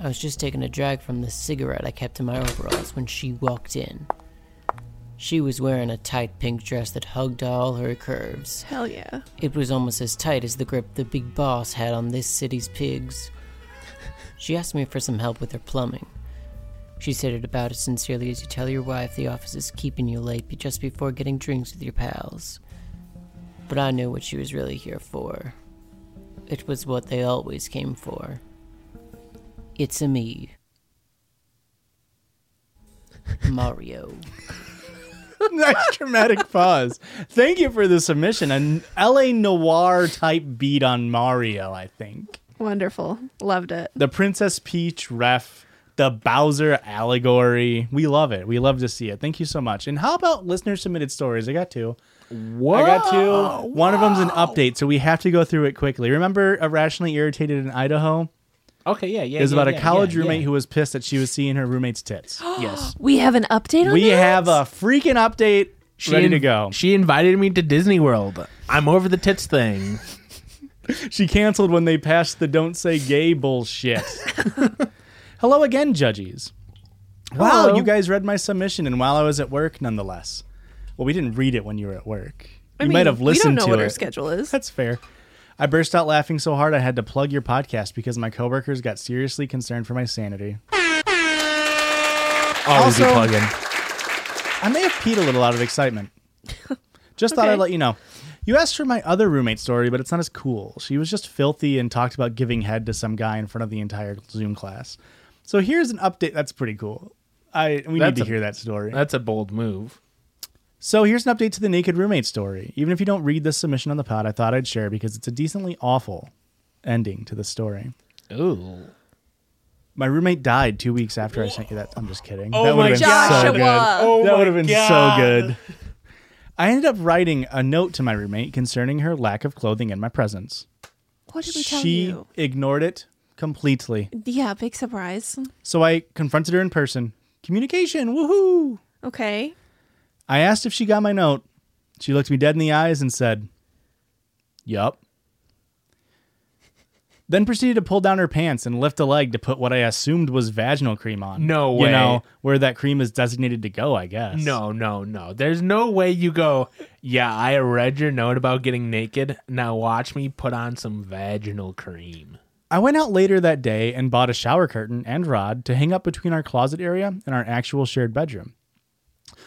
D: I was just taking a drag from the cigarette I kept in my overalls when she walked in. She was wearing a tight pink dress that hugged all her curves.
B: Hell yeah.
D: It was almost as tight as the grip the big boss had on this city's pigs. She asked me for some help with her plumbing. She said it about as sincerely as you tell your wife the office is keeping you late be- just before getting drinks with your pals. But I knew what she was really here for. It was what they always came for. It's a me. Mario.
A: nice dramatic pause. Thank you for the submission. An LA noir type beat on Mario, I think.
B: Wonderful. Loved it.
A: The Princess Peach ref, the Bowser allegory. We love it. We love to see it. Thank you so much. And how about listener submitted stories? I got two.
C: Whoa.
A: I got
C: Oh,
A: two. One of them's an update, so we have to go through it quickly. Remember Irrationally Irritated in Idaho?
C: Okay, yeah, yeah.
A: It was
C: yeah,
A: about
C: yeah,
A: a college
C: yeah,
A: roommate
C: yeah.
A: who was pissed that she was seeing her roommate's tits.
C: yes.
B: We have an update on
A: we
B: that?
A: have a freaking update ready to
C: inv-
A: go.
C: She invited me to Disney World. I'm over the tits thing.
A: She canceled when they passed the don't say gay bullshit. Hello again, judges. Wow,
C: Hello.
A: you guys read my submission and while I was at work nonetheless. Well, we didn't read it when you were at work.
B: I
A: you
B: mean,
A: might have listened
B: We don't know
A: to
B: what
A: it.
B: our schedule is.
A: That's fair. I burst out laughing so hard I had to plug your podcast because my coworkers got seriously concerned for my sanity.
C: Always be
A: Also-
C: Oh, plugging.
A: I may have peed a little out of excitement. Just thought
B: Okay.
A: I'd let you know. You asked for my other roommate story, but it's not as cool. She was just filthy and talked about giving head to some guy in front of the entire Zoom class. So here's an update. That's pretty cool. I we
C: That's
A: need to
C: a-
A: hear that story.
C: That's a bold move.
A: So here's an update to the naked roommate story. Even if you don't read this submission on the pod, I thought I'd share because it's a decently awful ending to the story.
C: Ooh.
A: My roommate died two weeks after I sent you that. I'm just kidding.
C: Oh
A: that
C: my
A: would've been
B: gosh,
A: so
B: it
A: good.
B: was. Oh
A: that
C: my
A: would have been
C: God.
A: so good. I ended up writing a note to my roommate concerning her lack of clothing in my presence.
B: What did we tell
A: she
B: you?
A: ignored it completely.
B: Yeah, big surprise.
A: So I confronted her in person. Communication, woohoo!
B: Okay.
A: I asked if she got my note. She looked me dead in the eyes and said, Yup. Then proceeded to pull down her pants and lift a leg to put what I assumed was vaginal cream on.
C: No
A: You
C: way.
A: know, where that cream is designated to go, I guess.
C: No, no, no. There's no way you go, yeah, I read your note about getting naked. Now watch me put on some vaginal cream.
A: I went out later that day and bought a shower curtain and rod to hang up between our closet area and our actual shared bedroom.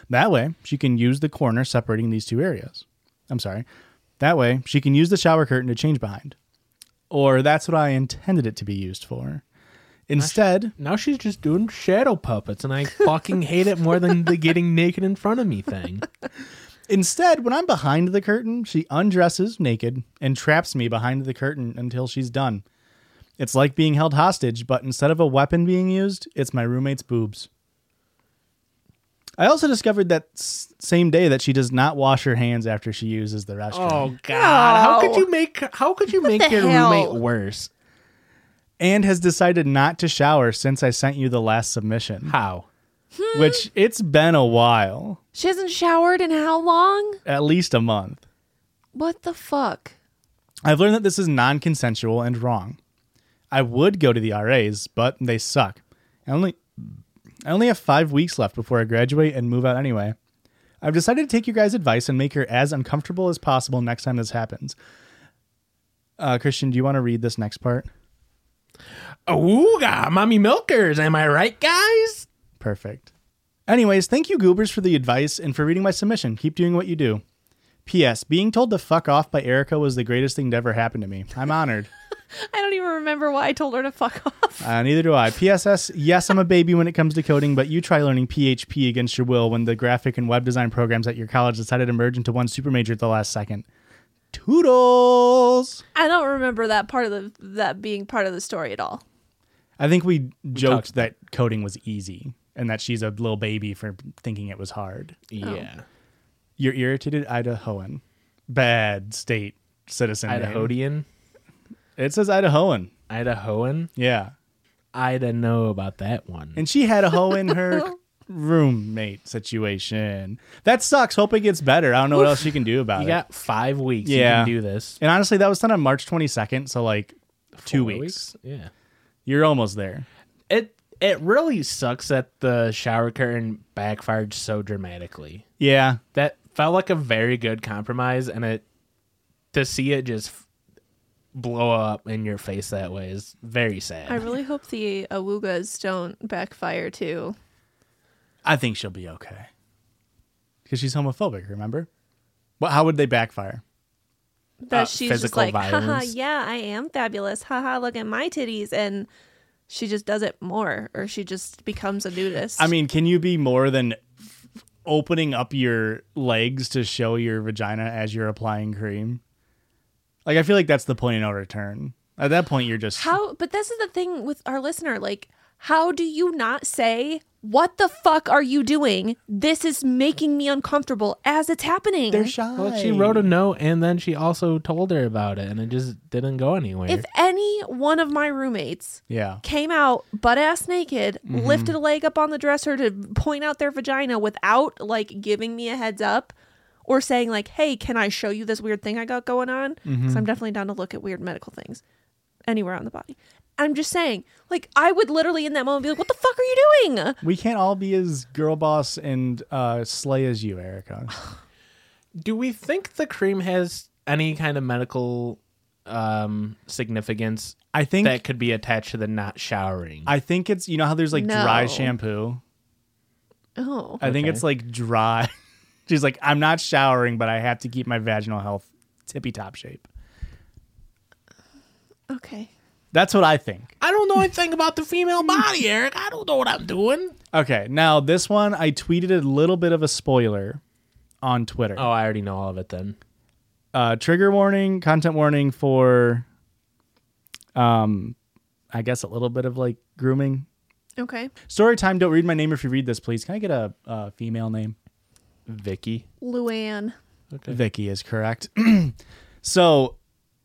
A: That way, she can use the corner separating these two areas. I'm sorry. That way, she can use the shower curtain to change behind. Or that's what I intended it to be used for. Instead,
C: Now she's just doing shadow puppets, and I fucking hate it more than the getting naked in front of me thing.
A: instead, when I'm behind the curtain, she undresses naked and traps me behind the curtain until she's done. It's like being held hostage, but instead of a weapon being used, it's my roommate's boobs. I also discovered that s- same day that she does not wash her hands after she uses the restroom.
C: Oh God! How could
B: No.
C: you make how could you make
B: the
C: your
B: hell?
C: roommate worse?
A: And has decided not to shower since I sent you the last submission,
C: How?
A: which it's been a while,
B: She hasn't showered in how long?
A: at least a month.
B: What the fuck?
A: I've learned that this is non consensual and wrong. I would go to the RAs, but they suck. I only, I only have five weeks left before I graduate and move out anyway. I've decided to take your guys' advice and make her as uncomfortable as possible next time this happens. Uh, Christian, do you want to read this next part?
C: Ooga, mommy milkers. Am I right, guys?
A: Perfect. Anyways, thank you, Goobers, for the advice and for reading my submission. Keep doing what you do. P.S. Being told to fuck off by Erica was the greatest thing to ever happen to me. I'm honored.
B: I don't even remember why I told her to fuck off.
A: Uh, neither do I. PSS, yes, I'm a baby when it comes to coding, but you try learning PHP against your will when the graphic and web design programs at your college decided to merge into one supermajor at the last second. Toodles!
B: I don't remember that part of the that being part of the story at all.
A: I think we
C: talked-
A: joked that coding was easy and that she's a little baby for thinking it was hard.
C: Yeah.
A: You're irritated Idahoan. Bad state citizen. name.
C: Idahoan.
A: It says Idahoan.
C: Idahoan.
A: Yeah.
C: I don't know about that one.
A: And she had a hoe in her roommate situation. That sucks. Hope it gets better. I don't know what else she can do about
C: you
A: it.
C: got five weeks.
A: Yeah.
C: You can do this.
A: And honestly, that was done on March 22nd, so like two
C: Four
A: weeks.
C: Yeah.
A: You're almost there.
C: It it really sucks that the shower curtain backfired so dramatically.
A: Yeah.
C: That felt like a very good compromise, and it to see it just f- blow up in your face that way is very sad.
B: I really hope the awugas don't backfire too.
A: I think she'll be okay. Because she's homophobic, remember? Well, how would they backfire?
B: That
C: Uh,
B: she's just
C: physical
B: like, haha,
C: violence.
B: yeah, I am fabulous. Haha, look at my titties. And she just does it more, or she just becomes a nudist.
A: I mean, can you be more than f- opening up your legs to show your vagina as you're applying cream? Like, I feel like that's the point of no return. At that point, you're just.
B: how, but this is the thing with our listener. Like, how do you not say, what the fuck are you doing? This is making me uncomfortable as it's happening.
A: They're shy.
C: Well, she wrote a note, and then she also told her about it, and it just didn't go anywhere.
B: if any one of my roommates
A: Yeah.
B: came out butt ass naked, lifted a leg up on the dresser to point out their vagina without like giving me a heads up or saying like, "Hey, can I show you this weird thing I got going on?" Cuz I'm definitely down to look at weird medical things anywhere on the body. I'm just saying, like I would literally in that moment be like, "What the fuck are you doing?"
A: We can't all be as girl boss and uh, slay as you, Erica.
C: Do we think the cream has any kind of medical um, significance
A: I think
C: that could be attached to the not showering?
A: I think it's you know how there's like dry
B: No.
A: shampoo.
B: Oh.
A: I think
C: Okay.
A: it's like dry. She's like, I'm not showering, but I have to keep my vaginal health tippy top shape.
B: Okay.
A: That's what I think.
C: I don't know anything about the female body, Eric. I don't know what I'm doing.
A: Okay, now this one I tweeted a little bit of a spoiler on Twitter.
C: Oh, I already know all of it then.
A: Uh, trigger warning, content warning for, um, I guess a little bit of like grooming.
B: Okay.
A: Story time. Don't read my name if you read this, please. Can I get a, uh female name?
C: Vicky.
B: Luann.
C: Okay.
A: Vicky is correct. so,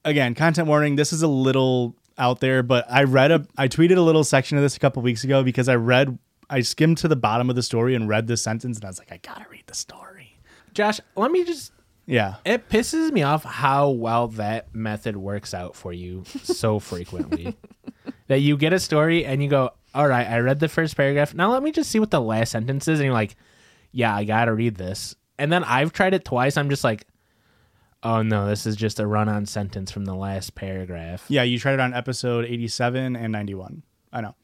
A: again, content warning. This is a little out there, but I read a, I tweeted a little section of this a couple weeks ago because I read, I skimmed to the bottom of the story and read this sentence, and I was like, I gotta read the story.
C: Josh, let me just.
A: Yeah,
C: It pisses me off how well that method works out for you so frequently. that you get a story and you go, all right, I read the first paragraph. Now let me just see what the last sentence is. And you're like, yeah, I got to read this. And then I've tried it twice. I'm just like, oh no, this is just a run on sentence from the last paragraph.
A: yeah. You tried it on episode eighty-seven and ninety-one. I know.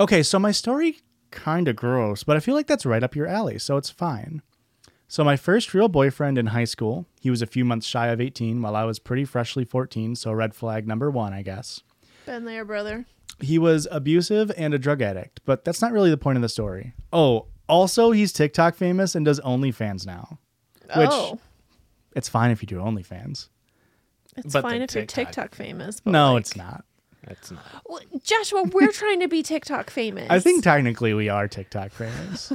A: Okay, so my story kind of gross, but I feel like that's right up your alley, so it's fine. So my first real boyfriend in high school, he was a few months shy of 18 while I was pretty freshly 14, so red flag number 1, I guess.
B: Been there, brother.
A: He was abusive and a drug addict, but that's not really the point of the story. Oh, also, he's TikTok famous and does OnlyFans now. Which
B: oh,
A: it's fine if you do OnlyFans.
B: it's
C: but
B: fine
C: the
B: if you're
C: TikTok.
B: TikTok famous. but,
A: No,
B: like-
A: it's not.
C: That's not.
B: Well, Joshua, we're trying to be TikTok famous.
A: I think technically we are TikTok famous.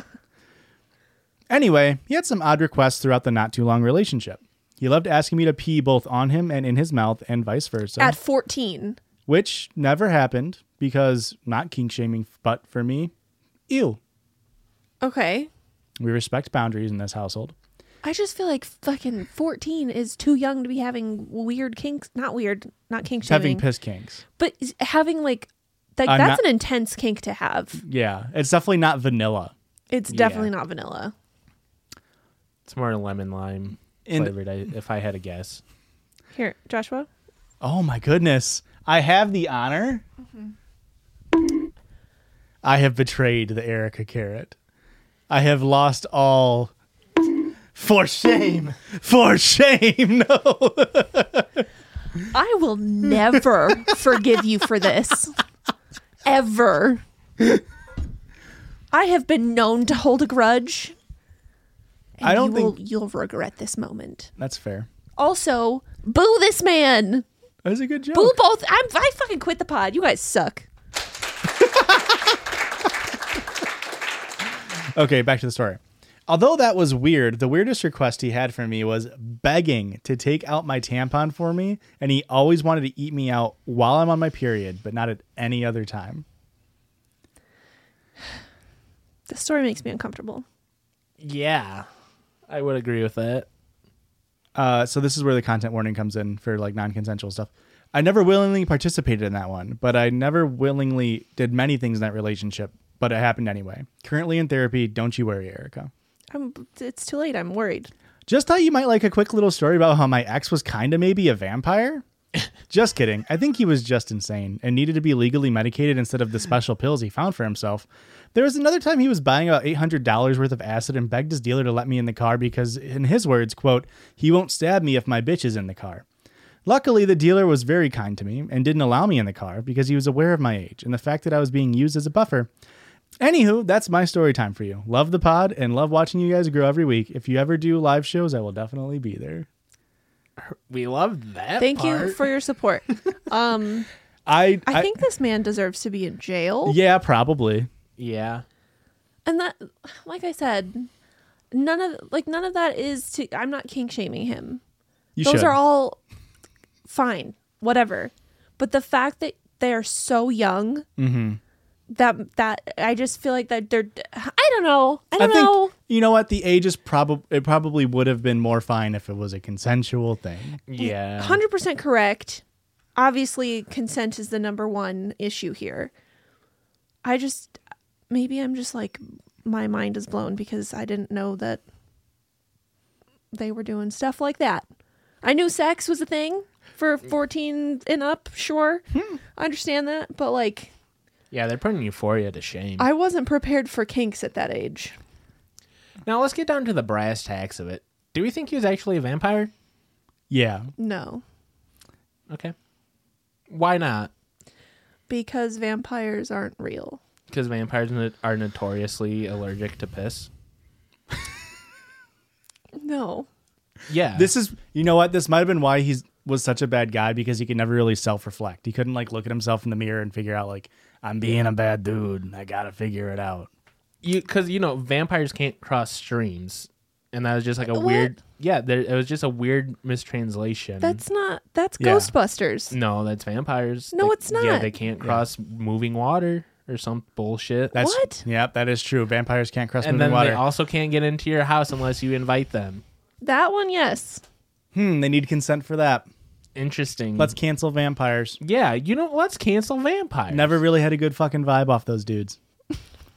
A: anyway, he had some odd requests throughout the not too long relationship. He loved asking me to pee both on him and in his mouth and vice versa,
B: at 14.
A: which never happened because not kink shaming, but for me, ew.
B: Okay.
A: We respect boundaries in this household.
B: I just feel like fucking 14 is too young to be having weird kinks. Not weird, not kink
A: having
B: shaming.
A: piss kinks.
B: but is- having like, like
A: I'm
B: that's
A: not-
B: an intense kink to have.
A: Yeah, it's definitely not vanilla.
B: It's
C: Yeah.
B: definitely not vanilla.
C: It's more lemon lime
A: And-
C: flavored. I, if I had a guess,
B: Here, Joshua.
A: Oh my goodness. I have the honor. I have betrayed the Erica carrot. I have lost all. For shame. For shame. No.
B: I will never forgive you for this. Ever. I have been known to hold a grudge. And
A: I don't
B: you will,
A: think-
B: you'll regret this moment.
A: That's fair.
B: Also, boo this man.
A: That was a good joke.
B: Boo both. I'm, I fucking quit the pod. You guys suck.
A: Okay, back to the story. Although that was weird, the weirdest request he had from me was begging to take out my tampon for me, and he always wanted to eat me out while I'm on my period, but not at any other time.
B: This story makes me uncomfortable.
C: yeah, I would agree with that.
A: Uh, so this is where the content warning comes in for like non-consensual stuff. I never willingly participated in that one, but I never willingly did many things in that relationship, but it happened anyway. Currently in therapy, don't you worry, Erica.
B: I'm, it's too late. I'm worried.
A: Just thought you might like a quick little story about how my ex was kinda maybe a vampire. just kidding. I think he was just insane and needed to be legally medicated instead of the special pills he found for himself. There was another time he was buying about $800 worth of acid and begged his dealer to let me in the car because, in his words, quote, he won't stab me if my bitch is in the car. Luckily, the dealer was very kind to me and didn't allow me in the car because he was aware of my age and the fact that I was being used as a buffer. Anywho, that's my story time for you. Love the pod and love watching you guys grow every week. If you ever do live shows, I will definitely be there.
C: We loved that.
B: Thank you
C: part.
B: for your support. Um,
A: I,
B: I think this man deserves to be in jail.
A: yeah, probably.
C: Yeah,
B: and that like i said none of like none of that is to i'm not kink shaming him
A: You
B: those
A: should.
B: are all fine whatever but the fact that they are so young that that i just feel like that they're i don't know i don't know
A: you know what the age is probably it probably would have been more fine if it was a consensual thing.
C: yeah.
B: 100% correct obviously consent is the number one issue here i just maybe i'm just like my mind is blown because i didn't know that they were doing stuff like that i knew sex was a thing for 14 and up sure i understand that but like
C: Yeah, they're putting Euphoria to shame.
B: i wasn't prepared for kinks at that age
C: now let's get down to the brass tacks of it. Do we think he was actually a vampire?
A: Yeah.
B: no
C: Okay. Why not?
B: because vampires aren't real
C: Because vampires no- are notoriously allergic to piss.
B: no
C: Yeah.
A: This is you know what this might have been why he's was such a bad guy because he could never really self-reflect. He couldn't like look at himself in the mirror and figure out like I'm being a bad dude. and I got to figure it out.
C: you because you know vampires can't cross streams, and that was just like a
B: What?
C: weird. Yeah, there, it was just a weird mistranslation.
B: that's not that's
A: Yeah.
B: ghostbusters
C: no, that's vampires.
B: No,
C: They-
B: it's
C: Yeah,
B: not.
C: they can't cross moving water or some bullshit.
A: That's
B: What?
A: Yep, that is true. Vampires can't cross
C: and
A: moving
C: then
A: water.
C: they also can't get into your house unless you invite them.
B: that one yes
A: hmm, they need consent for that.
C: Interesting.
A: Let's cancel vampires.
C: yeah, you know, let's cancel vampires.
A: Never really had a good fucking vibe off those dudes.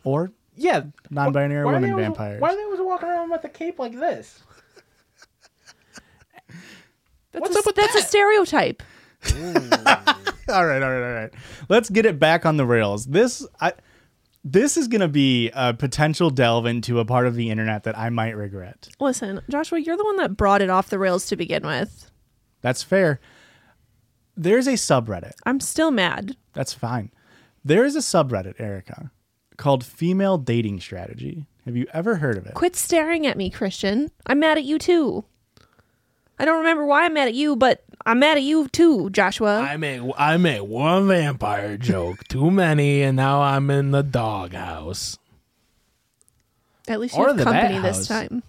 A: Or
C: Yeah,
A: non-binary
C: Why are
A: women
C: they always-
A: vampires.
C: Why are they always walking around with a cape like this?
B: That's
C: What's
B: a,
C: up with
B: that's a stereotype.
A: all right, all right, all right. Let's get it back on the rails. This I this is going to be a potential delve into a part of the internet that I might regret.
B: Listen, Joshua, you're the one that brought it off the rails to begin with.
A: That's fair. There's a subreddit.
B: I'm still mad.
A: That's fine. There is a subreddit, Erica, called Female Dating Strategy. Have you ever heard of it?
B: Quit staring at me, Christian. I'm mad at you too. I don't remember why I'm mad at you, but I'm mad at you too, Joshua.
C: I made I made one vampire joke too many, and now I'm in the doghouse.
B: at least
C: or
B: you have
C: the
B: company
C: bat
B: this
C: house.
B: time.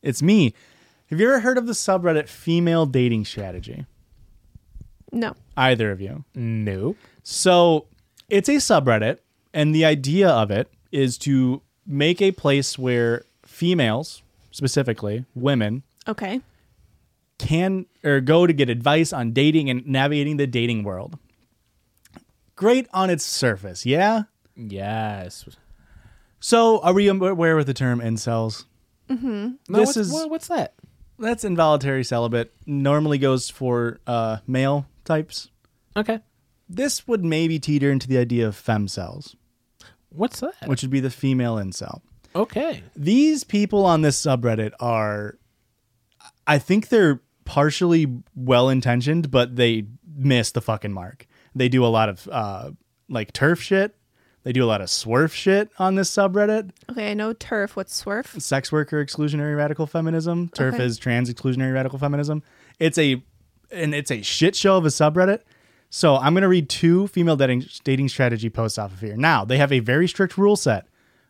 A: It's me. Have you ever heard of the subreddit Female Dating Strategy?
B: No.
A: Either of you?
C: Nope.
A: So it's a subreddit, and the idea of it is to make a place where females specifically women
B: Okay.
A: can or go to get advice on dating and navigating the dating world. Great on its surface, yeah.
C: Yes.
A: So, are we aware with the term incels?
C: No,
A: This
C: what's,
A: is-
C: wha- what's that?
A: That's involuntary celibate. Normally goes for uh, male types.
C: Okay.
A: This would maybe teeter into the idea of femcells,
C: What's that?
A: which would be the female incel.
C: Okay.
A: These people on this subreddit are, I think they're partially well intentioned, but they miss the fucking mark. They do a lot of uh, like turf shit. They do a lot of swerf shit on this subreddit.
B: Okay, I know turf. What's swerf?
A: sex worker exclusionary radical feminism. Turf
B: Okay.
A: is trans exclusionary radical feminism. It's a and it's a shit show of a subreddit. So I'm gonna read two female dating dating strategy posts off of here. Now they have a very strict rule set.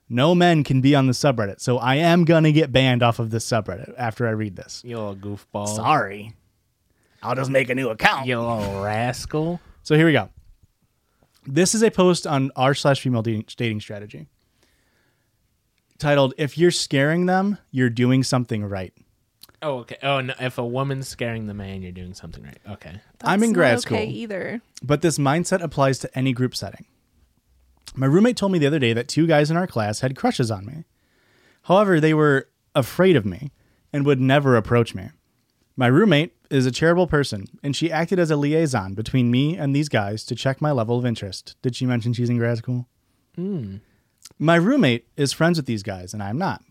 A: No men can be on the subreddit. So I am gonna get banned off of this subreddit after I read this.
C: You little goofball.
A: Sorry. I'll just make a new account.
C: You little rascal.
A: So here we go. This is a post on r slash female dating, dating strategy titled "If you're scaring them, you're doing something right."
C: Oh, okay. Oh, no, if a woman's scaring the man, you're doing something right. Okay.
A: I'm in
B: not
A: grad
B: okay
A: school.
B: Either.
A: but this mindset applies to any group setting. My roommate told me the other day that two guys in our class had crushes on me. However, they were afraid of me and would never approach me. My roommate is a charitable person, and she acted as a liaison between me and these guys to check my level of interest. Did she mention she's in grad school? My roommate is friends with these guys, and I'm not.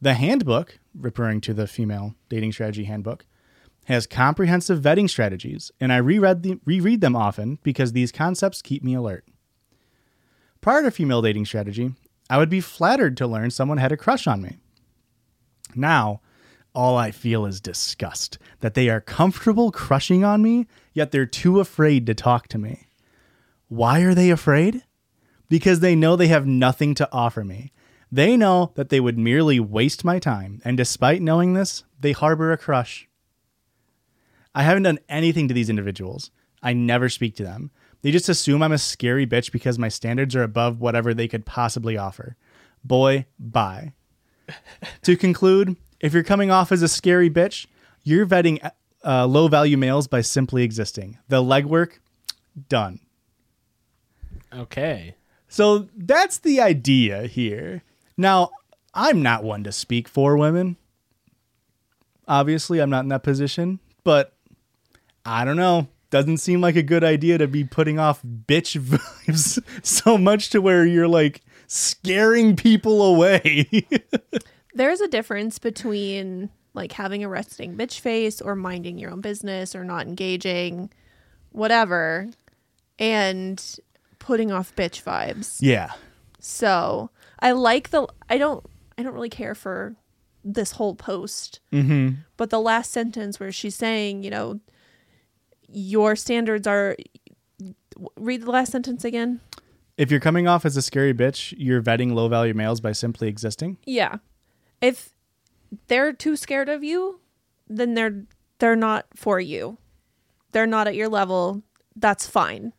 A: The handbook, referring to the female dating strategy handbook, has comprehensive vetting strategies, and I reread the, reread them often because these concepts keep me alert. Prior to female dating strategy, I would be flattered to learn someone had a crush on me. Now, all I feel is disgust that they are comfortable crushing on me, yet they're too afraid to talk to me. Why are they afraid? Because they know they have nothing to offer me. They know that they would merely waste my time, and despite knowing this, they harbor a crush. I haven't done anything to these individuals. I never speak to them. They just assume I'm a scary bitch because my standards are above whatever they could possibly offer. Boy, bye. to conclude, if you're coming off as a scary bitch, you're vetting uh, low value males by simply existing. The legwork, done.
C: Okay.
A: So that's the idea here. Now, I'm not one to speak for women. Obviously, I'm not in that position, but I don't know. Doesn't seem like a good idea to be putting off bitch vibes so much to where you're like scaring people away.
B: There's a difference between like having a resting bitch face or minding your own business or not engaging, whatever, and putting off bitch vibes.
A: yeah.
B: So I like the I don't I don't really care for this whole post. Mm-hmm. But the last sentence where she's saying, you know, your standards are. Read the last sentence again.
A: If you're coming off as a scary bitch, you're vetting low value males by simply existing.
B: Yeah. If they're too scared of you, then they're they're not for you. They're not at your level. That's fine.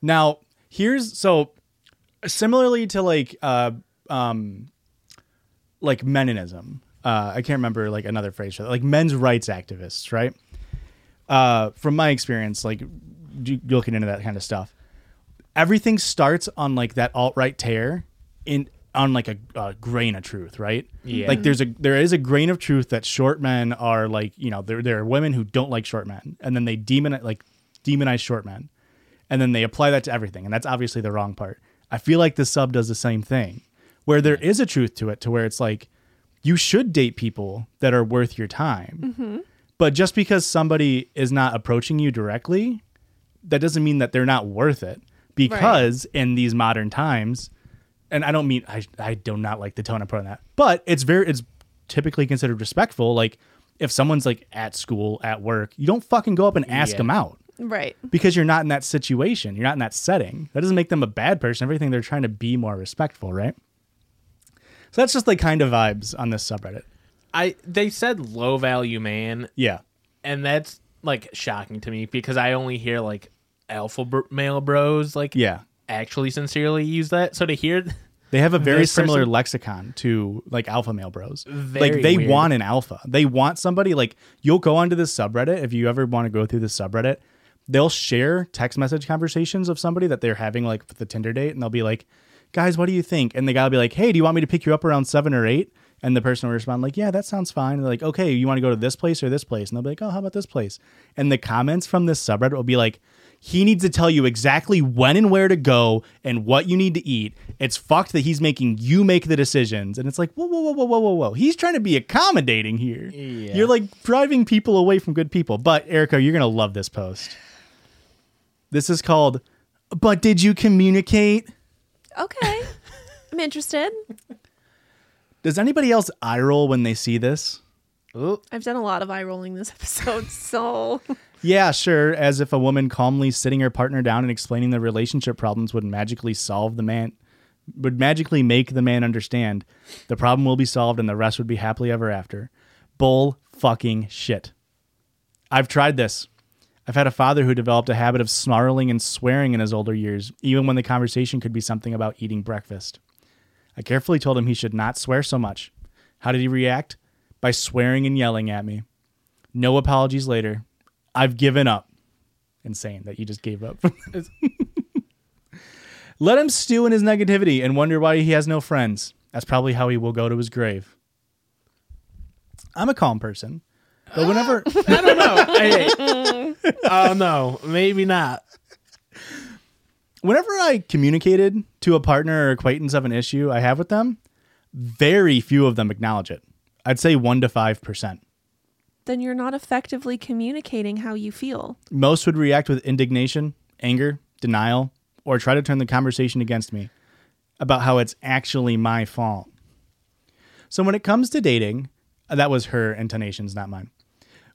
A: Now, here's so similarly to like uh um like Meninism. Uh I can't remember like another phrase for that. Like men's rights activists, right? Uh from my experience like d- looking into that kind of stuff. Everything starts on like that alt-right tear in on like a, a grain of truth, right?
C: Yeah.
A: Like there's a there is a grain of truth that short men are like, you know, there there are women who don't like short men and then they demonize like demonize short men and then they apply that to everything and that's obviously the wrong part i feel like the sub does the same thing where there is a truth to it to where it's like you should date people that are worth your time but just because somebody is not approaching you directly that doesn't mean that they're not worth it because in these modern times and i don't mean i, I do not like the tone i put on that but it's very it's typically considered respectful like if someone's like at school at work you don't fucking go up and ask
C: Yeah.
A: them out
B: Right.
A: because you're not in that situation, you're not in that setting. That doesn't make them a bad person. Everything they're trying to be more respectful, right? So that's just like kind of vibes on this subreddit.
C: I they said low value man,
A: Yeah.
C: and that's like shocking to me because I only hear like alpha br- male bros like
A: Yeah.
C: actually sincerely use that. So to hear
A: They have a very
C: This
A: similar
C: person-
A: lexicon to like alpha male bros.
C: Very
A: like they
C: weird.
A: want an alpha. They want somebody like you'll go onto this subreddit if you ever want to go through this subreddit. They'll share text message conversations of somebody that they're having like the Tinder date, and they'll be like, "Guys, what do you think?" And the guy will be like, "Hey, do you want me to pick you up around seven or 8? And the person will respond like, "Yeah, that sounds fine." And they're like, "Okay, you want to go to this place or this place?" And they'll be like, "Oh, how about this place?" And the comments from this subreddit will be like, he needs to tell you exactly when and where to go and what you need to eat. It's fucked that he's making you make the decisions. And it's like, whoa, whoa, whoa, whoa, whoa, whoa, whoa. He's trying to be accommodating here. You're like driving people away from good people. But Erica, you're going to love this post. This is called, But Did You Communicate?
B: Okay. I'm interested.
A: Does anybody else eye roll when they see this?
B: I've done a lot of eye rolling this episode, so
A: Yeah, sure. As if a woman calmly sitting her partner down and explaining their relationship problems would magically solve the man, would magically make the man understand the problem will be solved and the rest would be happily ever after. Bull fucking shit. I've tried this. I've had a father who developed a habit of snarling and swearing in his older years, even when the conversation could be something about eating breakfast. I carefully told him he should not swear so much. How did he react? By swearing and yelling at me. No apologies later. I've given up. Insane that you just gave up. Let him stew in his negativity and wonder why he has no friends. That's probably how he will go to his grave. I'm a calm person. But whenever
C: I don't know. I- Oh no, maybe not.
A: whenever I communicated to a partner or acquaintance of an issue I have with them, very few of them acknowledge it. I'd say 1 to 5%.
B: then you're not effectively communicating how you feel.
A: Most would react with indignation, anger, denial, or try to turn the conversation against me about how it's actually my fault. So when it comes to dating, that was her intonations, not mine.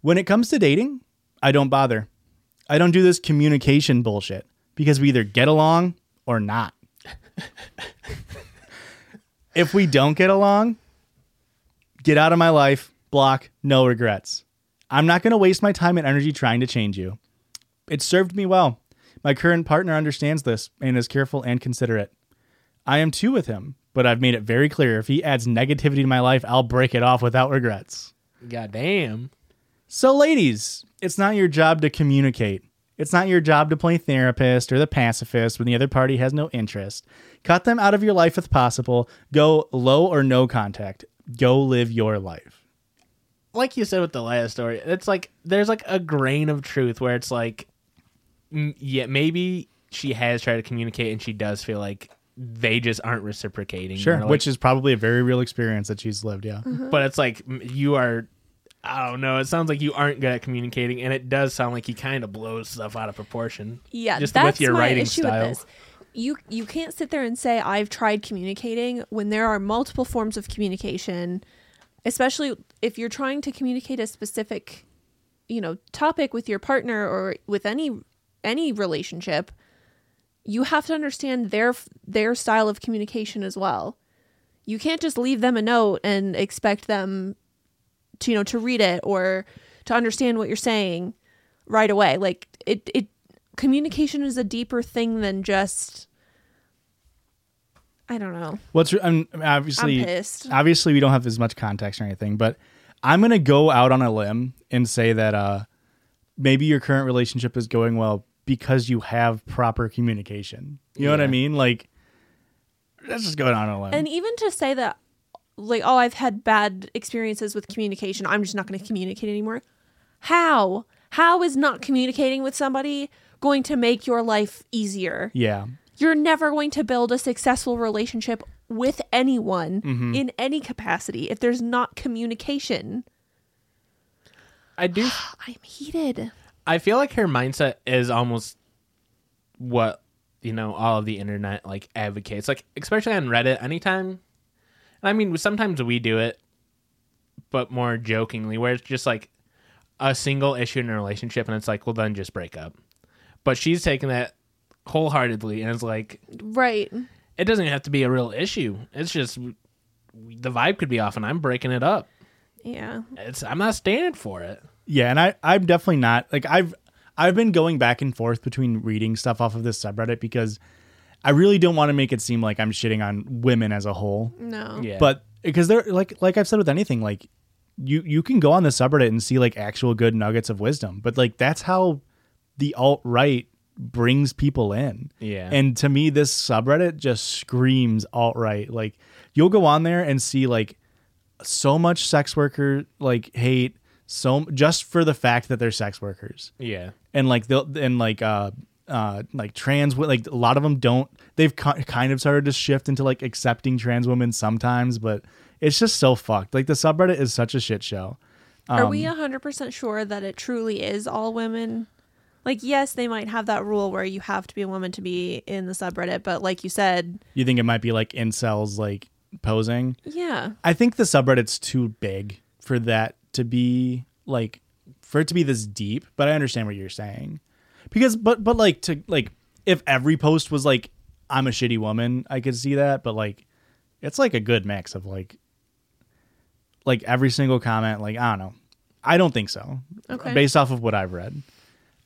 A: When it comes to dating, I don't bother. I don't do this communication bullshit because we either get along or not. if we don't get along, get out of my life, block, no regrets. I'm not going to waste my time and energy trying to change you. It served me well. My current partner understands this and is careful and considerate. I am too with him, but I've made it very clear if he adds negativity to my life, I'll break it off without regrets.
C: God damn.
A: So, ladies, it's not your job to communicate. It's not your job to play therapist or the pacifist when the other party has no interest. Cut them out of your life if possible. Go low or no contact. Go live your life.
C: like you said with the last story, it's like there's like a grain of truth where it's like, m- yeah, maybe she has tried to communicate and she does feel like they just aren't reciprocating.
A: Sure.
C: Or, like-
A: Which is probably a very real experience that she's lived. Yeah.
C: but it's like m- you are. I don't know. It sounds like you aren't good at communicating, and it does sound like he kind of blows stuff out of proportion.
B: Yeah,
C: just
B: that's
C: with your
B: my
C: writing
B: issue
C: style.
B: with this. You you can't sit there and say I've tried communicating when there are multiple forms of communication, especially if you're trying to communicate a specific, you know, topic with your partner or with any any relationship. You have to understand their their style of communication as well. You can't just leave them a note and expect them to you know to read it or to understand what you're saying right away. Like it, it communication is a deeper thing than just. I don't know.
A: What's I'm I'm obviously
B: I'm pissed.
A: obviously we don't have as much context or anything, but I'm gonna go out on a limb and say that uh, maybe your current relationship is going well because you have proper communication. You know what I mean? Like, that's just going out on a limb.
B: And even to say that, like, oh, I've had bad experiences with communication. I'm just not going to communicate anymore. How? How is not communicating with somebody going to make your life easier?
A: yeah,
B: You're never going to build a successful relationship with anyone in any capacity if there's not communication.
C: I do.
B: I'm heated.
C: I feel like her mindset is almost what you know all of the internet like advocates, like especially on Reddit. Anytime, and I mean sometimes we do it, but more jokingly, where it's just like a single issue in a relationship, and it's like, well, then just break up. But she's taking that wholeheartedly, and it's like
B: Right.
C: it doesn't have to be a real issue. It's just w- the vibe could be off, and I'm breaking it up.
B: Yeah.
C: It's I'm not standing for it.
A: yeah, and I I'm definitely not like I've I've been going back and forth between reading stuff off of this subreddit because I really don't want to make it seem like I'm shitting on women as a whole,
B: No.
C: Yeah.
A: but because they're like like I've said with anything, like you you can go on the subreddit and see like actual good nuggets of wisdom, but like that's how the alt right brings people in.
C: Yeah.
A: And to me, this subreddit just screams alt right. Like you'll go on there and see like so much sex worker like hate, so just for the fact that they're sex workers
C: yeah.
A: and like they'll and like uh uh like trans wo- like a lot of them don't they've ki- kind of started to shift into like accepting trans women sometimes but it's just so fucked like the subreddit is such a shit show
B: Are we
A: Um,
B: 100% sure that it truly is all women? Like, yes, they might have that rule where you have to be a woman to be in the subreddit, but like you said,
A: you think it might be like incels like posing
B: yeah.
A: i think the subreddit's too big for that to be like for it to be this deep but i understand what you're saying because but but like to like if every post was like i'm a shitty woman i could see that but like it's like a good mix of like like every single comment like i don't know i don't think so
B: Okay.
A: based off of what i've read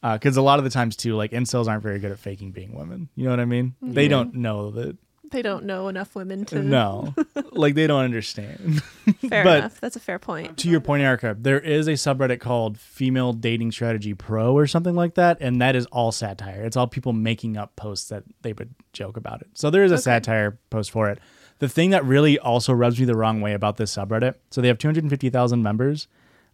A: because a lot of the times too like incels aren't very good at faking being women you know what i mean they don't know that
B: They don't know enough women to.
A: no like they don't understand
B: Fair
A: but-
B: enough. That's a fair point.
A: to your point, Erica, there is a subreddit called Female Dating Strategy Pro or something like that, and that is all satire. It's all people making up posts that they would joke about it. So there is a satire post for it. The thing that really also rubs me the wrong way about this subreddit, so they have 250,000 members.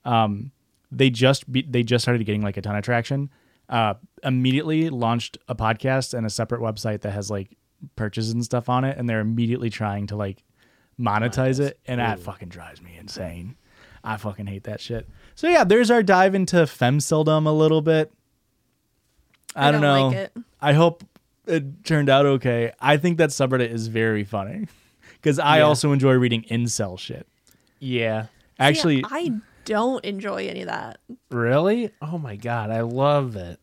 A: Um, they just be, they just started getting like a ton of traction. Uh, immediately launched a podcast and a separate website that has like purchases and stuff on it, and they're immediately trying to like monetize it, and that fucking drives me insane. I fucking hate that shit. So yeah, there's our dive into femcildom a little bit. I,
B: I
A: don't,
B: don't
A: know.
B: like it.
A: I hope it turned out okay. I think that subreddit is very funny because I
C: Yeah.
A: also enjoy reading incel shit.
C: Yeah.
A: Actually,
B: See, I don't enjoy any of that.
C: Really? Oh my god, I love it.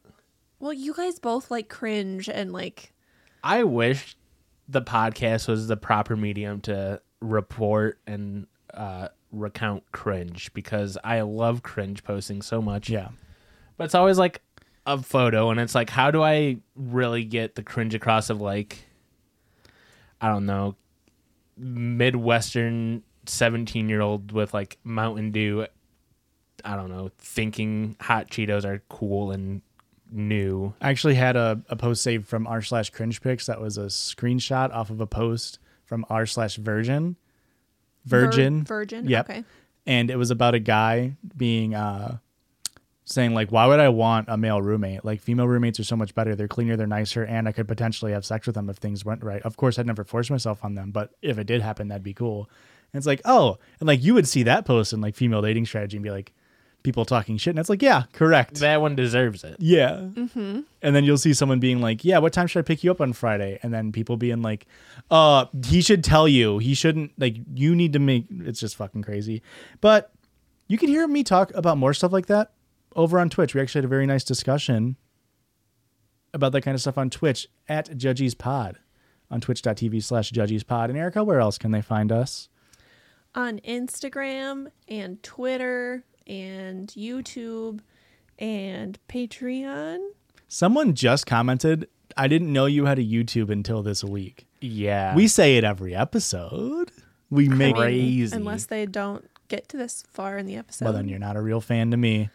B: Well, you guys both like cringe and like.
C: I wish the podcast was the proper medium to report and uh, recount cringe because I love cringe posting so much.
A: yeah.
C: But it's always like a photo, and it's like, how do I really get the cringe across of like, I don't know, Midwestern 17 year old with like Mountain Dew, I don't know, thinking hot Cheetos are cool and new.
A: I actually had a, a post saved from r slash cringe pics that was a screenshot off of a post from r slash virgin.
B: vir-
A: Virgin.
B: virgin.
A: Yep.
B: Okay.
A: And it was about a guy being uh saying like why would I want a male roommate? Like female roommates are so much better. They're cleaner, they're nicer, and I could potentially have sex with them if things went right. Of course I'd never force myself on them, but if it did happen, that'd be cool. And it's like, oh, and like you would see that post in like female dating strategy and be like, people talking shit. And it's like, yeah, correct.
C: That one deserves it.
A: Yeah. And then you'll see someone being like, "Yeah, what time should I pick you up on Friday?" And then people being like, "Uh, he should tell you. He shouldn't like you need to make it's just fucking crazy." But you can hear me talk about more stuff like that over on Twitch. We actually had a very nice discussion about that kind of stuff on Twitch at Judges Pod on twitch.tv slash judges pod. And Erica, where else can they find us?
B: on Instagram and Twitter and YouTube and Patreon.
A: Someone just commented, I didn't know you had a YouTube until this week.
C: Yeah.
A: We say it every episode. We make
B: I mean,
C: Crazy.
B: Unless they don't get to this far in the episode.
A: Well, then you're not a real fan to me.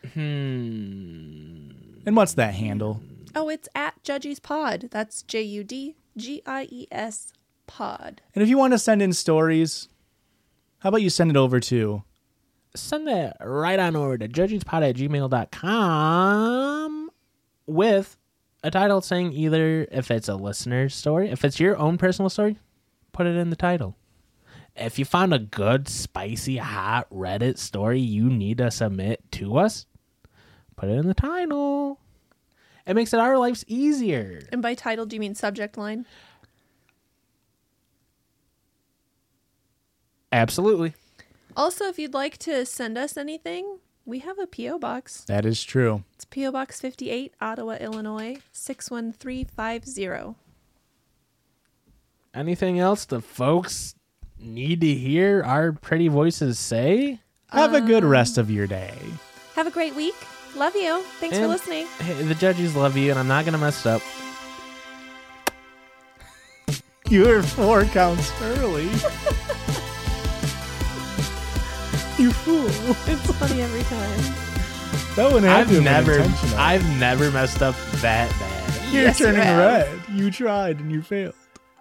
A: And what's that handle?
B: Oh, it's at Judgy's Pod. That's J U D G I E S Pod.
A: And if you want to send in stories, how about you send it over to
C: send that right on over to judgingspod at gmail.com with a title saying either if it's a listener's story, if it's your own personal story, put it in the title. If you found a good, spicy, hot Reddit story you need to submit to us, put it in the title. It makes it our lives easier.
B: And by title, do you mean subject line?
C: Absolutely.
B: Also, if you'd like to send us anything, we have a P.O. box.
A: That is true.
B: It's P.O. Box 58, Ottawa, Illinois, 61350.
C: Anything else the folks need to hear our pretty voices say?
A: Have a good rest of your day.
B: Have a great week. Love you. Thanks for
C: And-
B: listening.
C: Hey, the judges love you, and I'm not gonna mess it up.
A: You were four counts early. you fool.
B: It's funny every time.
A: That one had
C: I've
A: to have been
C: never,
A: intentional.
C: I've never messed up that bad.
A: You're
B: Yes, you
A: turning
B: have.
A: red. You tried and you failed.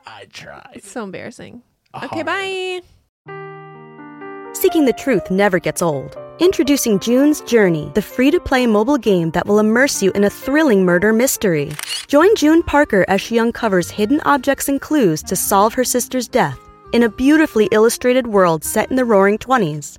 C: I tried.
B: It's so embarrassing. Okay, bye.
C: Hard.
E: Seeking the truth never gets old. Introducing June's Journey, the free to play mobile game that will immerse you in a thrilling murder mystery. Join June Parker as she uncovers hidden objects and clues to solve her sister's death in a beautifully illustrated world set in the roaring 20s.